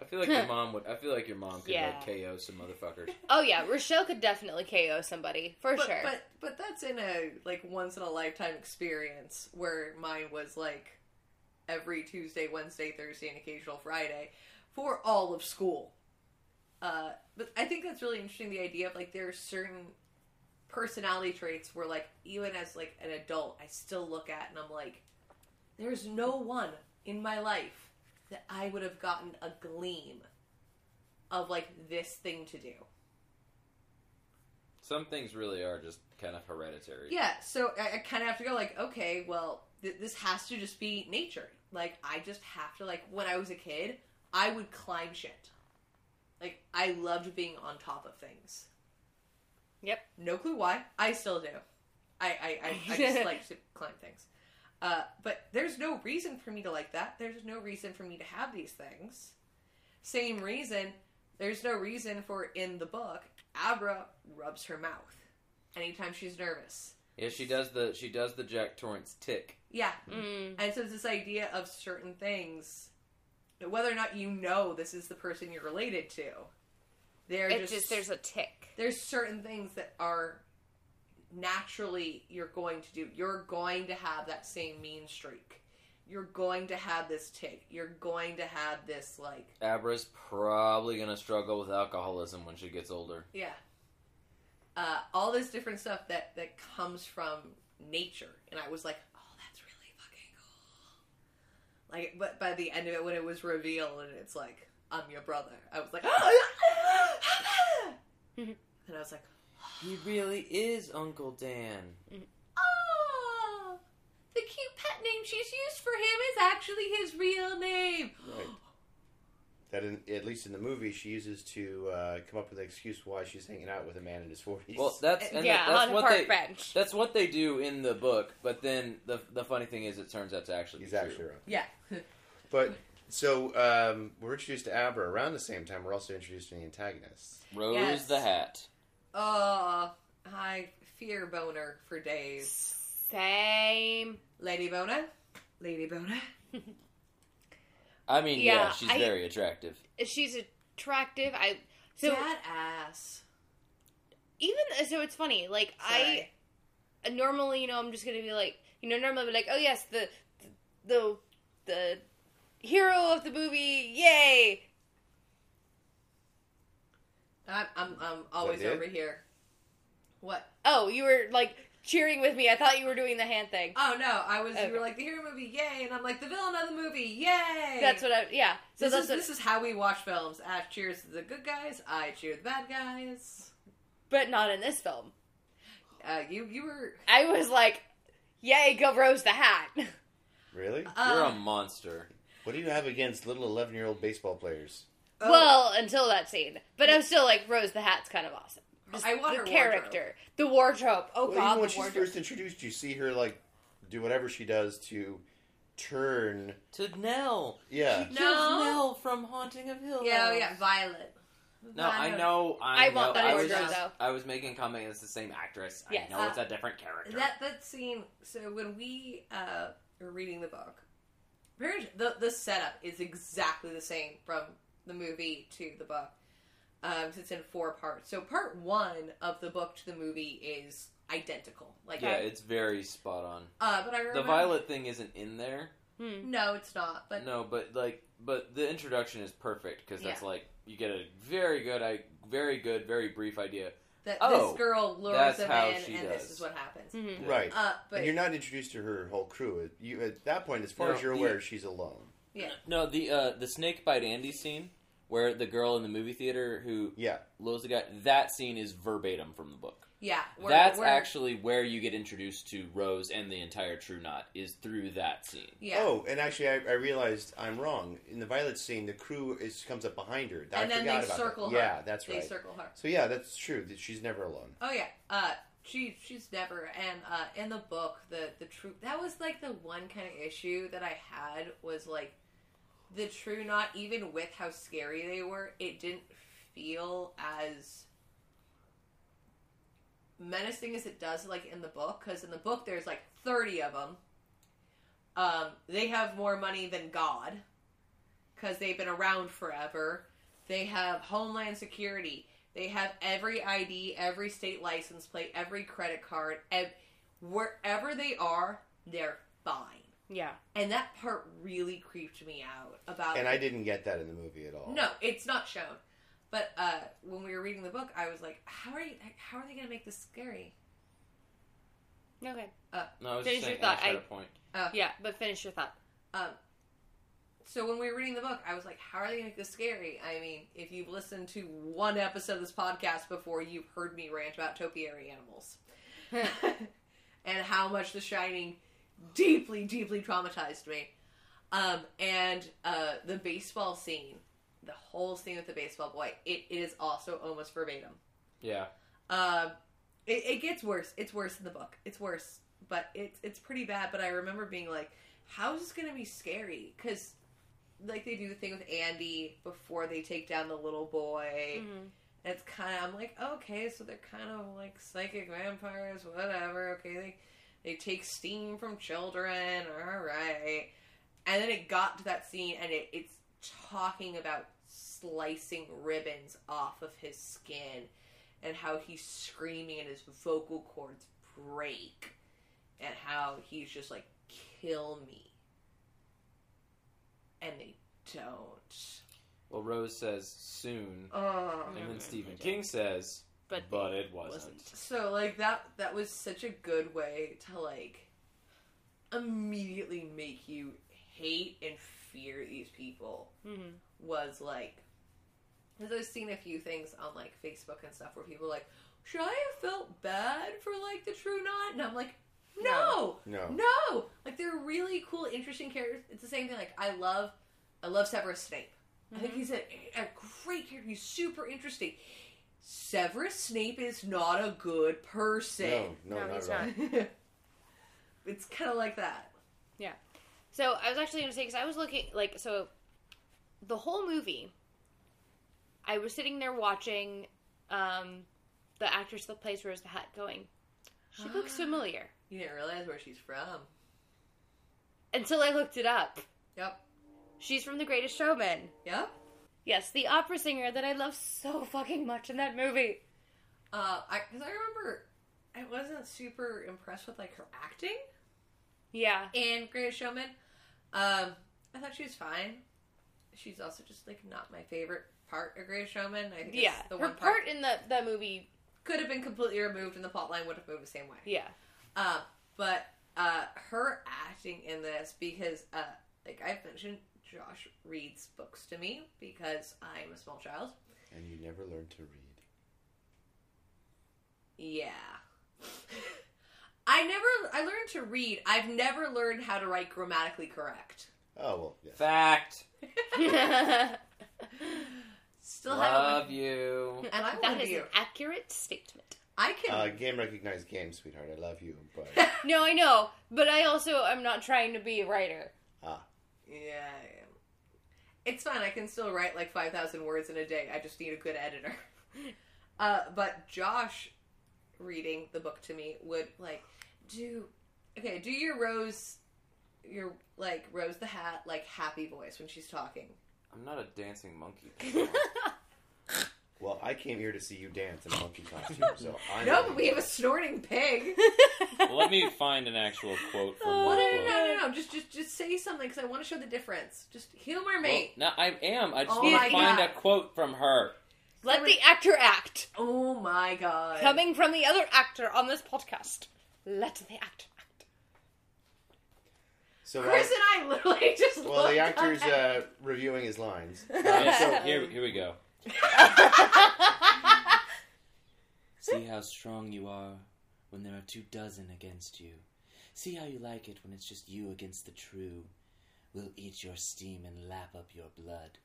E: I feel like your mom would. I feel like your mom could
C: Yeah.
E: like KO some motherfuckers.
C: Oh yeah, Rochelle could definitely KO somebody for
B: but,
C: sure.
B: But but that's in a like once in a lifetime experience where mine was like every Tuesday, Wednesday, Thursday, and occasional Friday for all of school. Uh, but I think that's really interesting. The idea of like there are certain personality traits where like even as like an adult, I still look at and I'm like, there's no one in my life that I would have gotten a gleam of like this thing to do.
E: some things really are just kind of hereditary.
B: Yeah, so I, I kind of have to go like, okay, well, th- this has to just be nature. Like, I just have to like. When I was a kid, I would climb shit. Like, I loved being on top of things.
C: Yep.
B: No clue why. I still do. I I, I, I just like to climb things. Uh, but there's no reason for me to like that. There's no reason for me to have these things. Same reason. There's no reason for in the book. Abra rubs her mouth anytime she's nervous.
E: Yeah, she does the she does the Jack Torrance tick.
B: Yeah.
C: Mm.
B: And so it's this idea of certain things, whether or not you know this is the person you're related to, they're
C: It's
B: just,
C: just there's a tick.
B: there's certain things that are naturally you're going to do. You're going to have that same mean streak. You're going to have this tick. You're going to have this like
E: Abra's probably gonna struggle with alcoholism when she gets older.
B: yeah, uh, all this different stuff that that comes from nature. And I was like, oh, that's really fucking cool. Like, but by the end of it, when it was revealed, and it's like, I'm your brother. I was like, "Oh, and I was like,
E: He really is Uncle Dan.
B: Oh, the cute pet name she's used for him is actually his real name.
F: Right. That in, at least in the movie she uses to uh, come up with an excuse why she's hanging out with a man in his forties.
E: Well, that's and
C: yeah,
E: that- that's
C: on a
E: what
C: park
E: they
C: bench.
E: that's what they do in the book. But then the the funny thing is, it turns out to actually
F: he's
E: be
F: actually
E: true.
F: wrong.
B: Yeah.
F: But so um, we're introduced to Abra around the same time. We're also introduced to the antagonists.
E: Rose
B: Yes.
E: the Hat.
B: Oh, I fear boner for days.
C: Same.
B: Lady boner. Lady boner.
E: I mean, yeah,
C: Yeah,
E: she's
C: I-
E: very attractive.
C: She's attractive. I so
B: So, Fat ass.
C: even so it's funny. Like
B: Sorry.
C: I normally, you know, I'm just gonna be like, you know, normally I'd be like, oh yes, the the the hero of the movie, yay.
B: I'm, I'm, I'm always
F: it?
B: over here. What?
C: Oh, you were like cheering with me. I thought you were doing the hand thing.
B: Oh no, I was. You
C: Okay.
B: were like the hero movie, yay! And I'm like the villain of the movie, yay!
C: That's what I. Yeah. So
B: this
C: that's
B: is
C: what,
B: this is how we watch films. Ash cheers the good guys. I cheer the bad guys.
C: but not in this film.
B: Uh, you you were
C: I was like, "Yay, go Rose the Hat."
F: Really?
C: Uh,
E: You're a
B: um,
E: monster.
F: What do you have against little eleven-year-old baseball players?
B: oh,
C: Well, until that scene, but I'm still like, Rose the Hat's kind of awesome. Just
B: I want
C: the
B: her
C: character, the wardrobe. Oh
F: Well,
C: God,
F: even when
C: the
F: she's
C: wardrobe.
F: first introduced, you see her like do whatever she does to turn.
E: To Nell.
F: Yeah,
B: She kills Nell
E: from Haunting of Hill.
B: yeah, oh, yeah, Violet.
E: No, I know. I,
C: I
E: know.
C: want that
E: I was
B: wardrobe,
E: just-
C: though.
E: I was making a comment. It's the same actress.
C: Yes.
E: I know it's a different character.
B: That that scene. So when we uh, were reading the book, very the the setup is exactly the same from the movie to the book. Um, 'cause it's in four parts. So part one of the book to the movie is identical. Like
E: yeah, it's very spot on.
B: Uh, but I remember
E: The Violet thing isn't in there.
B: No, it's not. But
E: no, but like, but the introduction is perfect because that's
B: Yeah.
E: like you get a very good, I very good, very brief idea.
B: that
E: Oh,
B: this girl lures
E: that's
B: them
E: how
B: in,
E: she
B: and
E: does.
B: this is what happens.
C: Mhm.
F: right.
B: Uh, but
F: and you're not introduced to her whole crew. You at that point, as far
E: No,
F: as you're
E: the-
F: aware, she's alone.
B: yeah,
E: No, the uh, the snake bite Andy scene where the girl in the movie theater who
F: Yeah,
E: loads the guy. That scene is verbatim from the book.
B: yeah. we're-
E: That's
B: we're-
E: actually where you get introduced to Rose and the entire True Knot is through that scene.
B: yeah.
F: Oh, and actually, I, I realized I'm wrong. In the Violet scene, the crew is comes up behind her. I
B: And then
F: forgot
B: they
F: about that.
B: circle her.
F: Yeah, that's
B: they
F: right.
B: circle her.
F: so yeah, that's true. that She's never alone.
B: Oh yeah. Uh, she she's never and uh in the book the the true that was like the one kind of issue that I had was like the true knot even with how scary they were it didn't feel as menacing as it does like in the book because in the book there's like 30 of them um they have more money than god because they've been around forever they have homeland security they have every id every state license plate every credit card and wherever they are they're fine
C: Yeah.
B: and that part really creeped me out about
F: And I didn't get that in the movie at all.
B: no, it's not shown. But uh, when we were reading the book, I was like, "How are you? How are they going to make this scary?"
C: Okay.
E: No, I was
C: Finish
E: just saying
C: your thought.
E: Ash had
C: I-
E: a point.
C: Yeah, but finish your thought.
B: Um, so when we were reading the book, I was like, "How are they going to make this scary?" I mean, if you've listened to one episode of this podcast before, you've heard me rant about topiary animals and how much The Shining deeply, deeply traumatized me. Um, and uh, the baseball scene, the whole scene with the baseball boy, it, it is also almost verbatim.
E: Yeah.
B: Um, it, it gets worse. It's worse in the book. It's worse, but it's it's pretty bad. But I remember being like, "How is this going to be scary?" Because like they do the thing with Andy before they take down the little
C: Mm-hmm.
B: boy. It's kind of I'm like, okay, so they're kind of like psychic vampires, whatever. Okay, they they take steam from children. All right, and then it got to that scene, and it, it's talking about slicing ribbons off of his skin and how he's screaming and his vocal cords break and how he's just like kill me and they don't
E: Well, Rose says soon,
B: oh
E: and then Stephen King says,
C: But
E: but, it wasn't.
C: wasn't.
B: so like that that was such a good way to like immediately make you hate and fear these people
C: Mhm.
B: was like because I've seen a few things on like Facebook and stuff where people are like, should I have felt bad for like the true knot? And I'm like, no,
F: No.
B: no. Like they're really cool, interesting characters. It's the same thing. Like I love, I love Severus Snape. I think he's a, a great character. He's super interesting. Severus Snape is not a good person.
F: No, no,
C: No,
F: not
C: he's
F: at all.
C: not.
B: it's kind of like that.
C: So I was actually going to say because I was looking like so the whole movie. I was sitting there watching um, the actress that plays Rose the Hat going. She looks familiar
B: You didn't realize where she's from.
C: until I looked it up.
B: Yep.
C: She's from The Greatest Showman.
B: Yep.
C: Yes, the opera singer that I love so fucking much in that movie.
B: Uh, I because I remember I wasn't super impressed with like her acting
C: Yeah,
B: in Greatest Showman. Um, I thought she was fine. she's also just like not my favorite part of Greatest Showman. I think it's
C: yeah,
B: the
C: her
B: one part
C: part in the that movie.
B: could have been completely removed, and the plot line would have moved the same way.
C: Yeah,
B: Uh, but uh, her acting in this, because uh, like I've mentioned, Josh reads books to me because I'm a small child.
F: And you never learned to read.
B: Yeah. I never. I learned to read. I've never learned how to write grammatically correct.
F: Oh well, yes.
E: Fact.
B: Still
E: Love
B: haven't.
E: you.
B: And I
C: that
B: love
C: is
B: you.
C: an accurate statement.
B: I can.
F: Uh, game recognized game, sweetheart. I love you, but
C: No, I know, but I also am not trying to be a writer.
B: yeah. I am. It's fine. I can still write like five thousand words in a day. I just need a good editor. Uh, but Josh reading the book to me would like do okay. Do your rose, your like rose the hat like happy voice when she's talking.
E: I'm not a dancing monkey.
F: well, I came here to see you dance in a monkey costume, so I
B: No, but we have a snorting pig.
E: Let me find an actual quote from
B: Well,
E: one
B: no,
E: book.
B: no, no, no, no. Just, just, just say something because I want to show the difference. Just humor me.
E: No, I am. I just
B: Oh
E: want
B: my
E: to find
B: God.
E: a quote from her.
C: Let the actor act.
B: oh my god.
C: Coming from the other actor on this podcast. Let the actor act.
F: So
B: Chris
F: I,
B: and I literally just.
F: well, the
B: looked
F: actor's
B: up at-
F: uh, reviewing his lines.
E: Yeah, so
F: so-
E: here, here we go. See how strong you are when there are two dozen against you. See how you like it when it's just you against the true. We'll eat your steam and lap up your blood,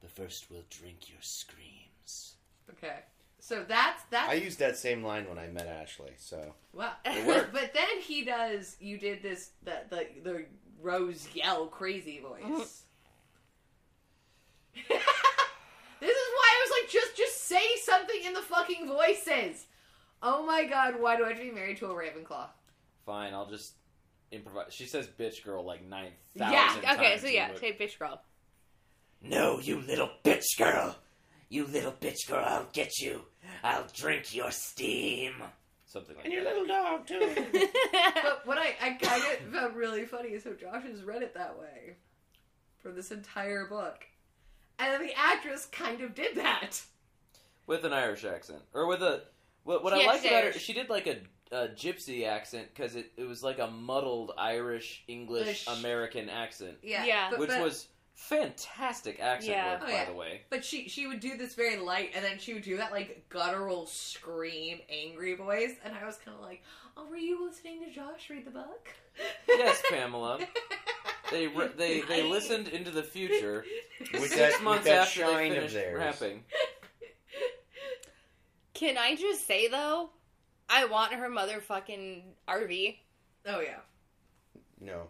E: but first we'll drink your screams.
B: Okay. So that's that's
F: I used that same line when I met Ashley. So
B: well.
C: It
F: worked.
B: But then he does. You did this. The the the rose yell crazy voice. this is why I was like, just just say something in the fucking voices. Oh my god, why do I have to be married to a Ravenclaw?
E: Fine, I'll just improvise. She says "bitch girl" like nine
B: Yeah,
E: thousand
C: Okay, so yeah, say bitch girl.
E: No, you little bitch girl. You little bitch girl, I'll get you. I'll drink your steam. Something like that.
F: little dog too.
B: But what I, I kind of found really funny is how Josh has read it that way for this entire book. And then the actress kind of did that.
E: With an Irish accent. Or with a. What, what I
C: Yeah,
E: liked about her,
C: Irish.
E: she did like a, a gypsy accent because it, it was like a muddled Irish English
B: Ish.
E: American accent.
B: Yeah.
C: Yeah.
B: But,
E: which
B: but,
E: was fantastic accent
C: Yeah.
E: work,
B: Oh,
E: by
B: yeah.
E: the way.
B: but she she would do this very light and then she would do that like guttural scream angry voice and I was kind of like, "Oh, were you listening to Josh read the book?"
E: Yes, Pamela. They re- they they
B: Nice.
E: listened into the future
F: With
E: six
F: that- with
E: months
F: that
E: after they
F: shine of
E: finished
F: theirs.
E: rapping.
C: Can I just say though, I want her motherfucking RV.
B: Oh yeah.
F: No,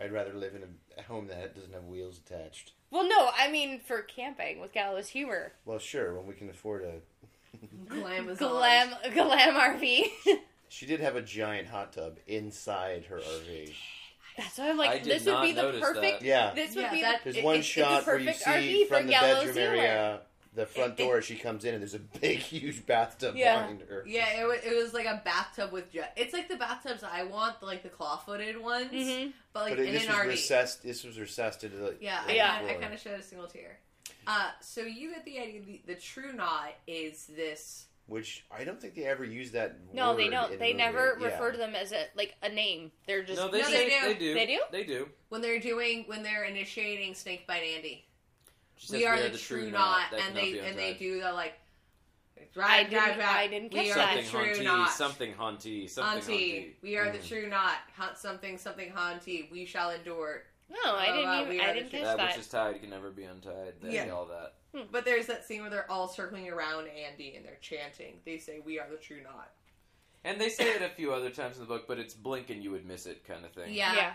F: I'd rather live in a home that doesn't have wheels attached.
C: Well, no, I mean for camping with Gallows Humor.
F: Well, sure, when we can afford a.
B: Glamazon.
C: Glam, glam RV.
F: She did have a giant hot tub inside her RV.
C: That's why I'm
E: I
C: like,
E: did
C: this would
E: not
C: be the
E: notice
C: perfect.
F: Yeah,
C: This would
B: Yeah,
C: be
B: that-
C: the,
F: there's
C: it-
F: one
C: it's the
F: showt where you
C: perfect
F: see
C: RV for
F: from the
C: Gallows
F: bedroom
C: Humor.
F: area, the front
B: It-
F: door. she comes in and there's a big, huge bathtub
C: Yeah.
F: behind her.
B: Yeah, it was, it was like a bathtub with jet. It's like the bathtubs I want, like the claw-footed ones,
C: Mhm.
B: but like
F: but it,
B: in
F: this
B: an
F: was
B: RV.
F: recessed. This was recessed into the
B: Yeah, I,
F: the
C: Yeah.
B: Kinda, I
F: floor.
B: kind of showed a single tear. Uh, so you get the idea. The, the true knot is this.
F: which I don't think they ever used that.
C: No, they
F: word
C: don't.
F: in
C: They
F: the
C: never
F: movie.
C: refer to them as a like a name. They're just
E: No, they,
B: No,
E: say,
B: they do.
E: they, do.
C: They do?
E: They do.
B: When they're doing, when they're initiating Snake Bite Andy,
E: She
B: we
E: says,
B: are, the, true, knot,
E: that
B: and
E: cannot
B: they
E: be
B: and they
E: untied."
B: do the like.
C: I
B: Drive,
C: didn't-
B: drive, drive.
C: I didn't
B: we are
C: catch that.
B: the
E: something
B: true
E: haunty,
B: knot.
E: something haunty, something
B: haunty.
E: haunty. Mm-hmm.
B: We are the
F: Mm.
B: true knot. Hunt something, something haunty. We shall endure.
C: no, I
B: Oh,
C: didn't.
B: wow,
C: even,
B: we
C: I
B: are
C: didn't
B: the
C: catch
E: That
C: that.
E: which is tied can never be untied. They
B: Yeah.
E: yeah. all that.
C: Hmm.
B: But there's that scene where they're all circling around Andy and they're chanting. They say, "We are the true knot."
E: And they say it a few other times in the book, but it's blink and you would miss it kind of thing.
B: Yeah.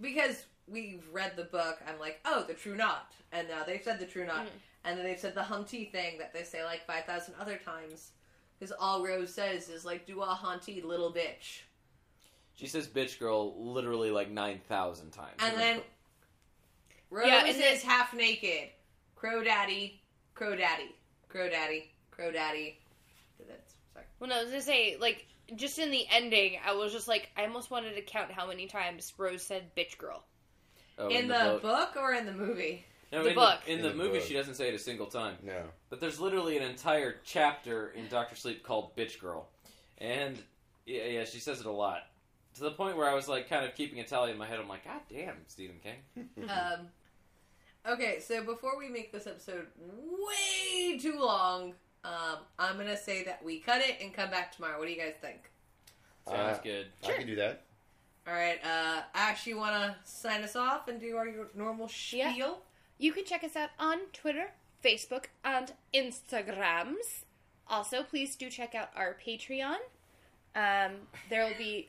B: because we've read the book, I'm like, oh, the true knot. And now they've said the true knot.
C: Mhm.
B: And then they've said the Humpty thing that they say like 5,000 other times. Because all Rose says is like, do a Humpty little bitch.
E: She says bitch girl literally like 9,000 times.
B: And then Rose
C: Yeah, and
B: is half naked. Crow Daddy, Crow Daddy, Crow Daddy, Crow Daddy. That's, sorry.
C: Well, no, I was gonna say like just in the ending, I was just like, I almost wanted to count how many times Rose said "bitch girl."
E: oh,
B: in the book or in the movie?
E: No,
C: The
E: in
C: book.
E: The, in,
F: In
E: the,
F: the
E: movie,
F: book.
E: she doesn't say it a single time.
F: No.
E: But there's literally an entire chapter in Doctor Sleep called "Bitch Girl," and yeah, yeah, she says it a lot to the point where I was like, kind of keeping a tally in my head. I'm like, God damn, Stephen King.
B: Um, okay, so before we make this episode way too long, um, I'm gonna say that we cut it and come back tomorrow. What do you guys think?
E: Sounds
F: Uh,
E: good.
F: I can do that.
B: All right, uh, Ash, you wanna sign us off and do our your normal spiel?
C: Yeah. You can check us out on Twitter, Facebook, and Instagrams. Also, please do check out our Patreon. Um, there will be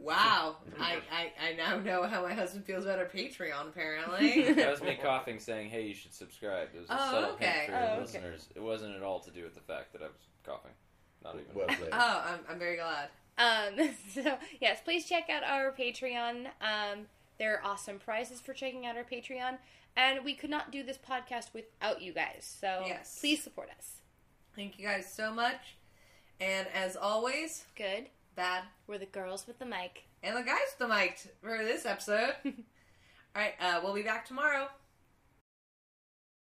B: Wow, I, I I now know how my husband feels about our Patreon. Apparently,
E: That was me coughing, saying, "Hey, you should subscribe." It was a
B: Oh,
E: subtle
B: okay.
E: hint for the
C: Oh, okay.
E: listeners. It wasn't at all to do with the fact that I was coughing. Not even.
F: Well played.
B: oh, I'm I'm very glad.
C: Um, so yes, please check out our Patreon. Um, there are awesome prizes for checking out our Patreon, and we could not do this podcast without you guys. So
B: Yes.
C: please support us.
B: Thank you guys so much, and as always,
C: Good.
B: bad
C: We're the girls with the mic.
B: and the guys with the mic for this episode. All right, uh, we'll be back tomorrow.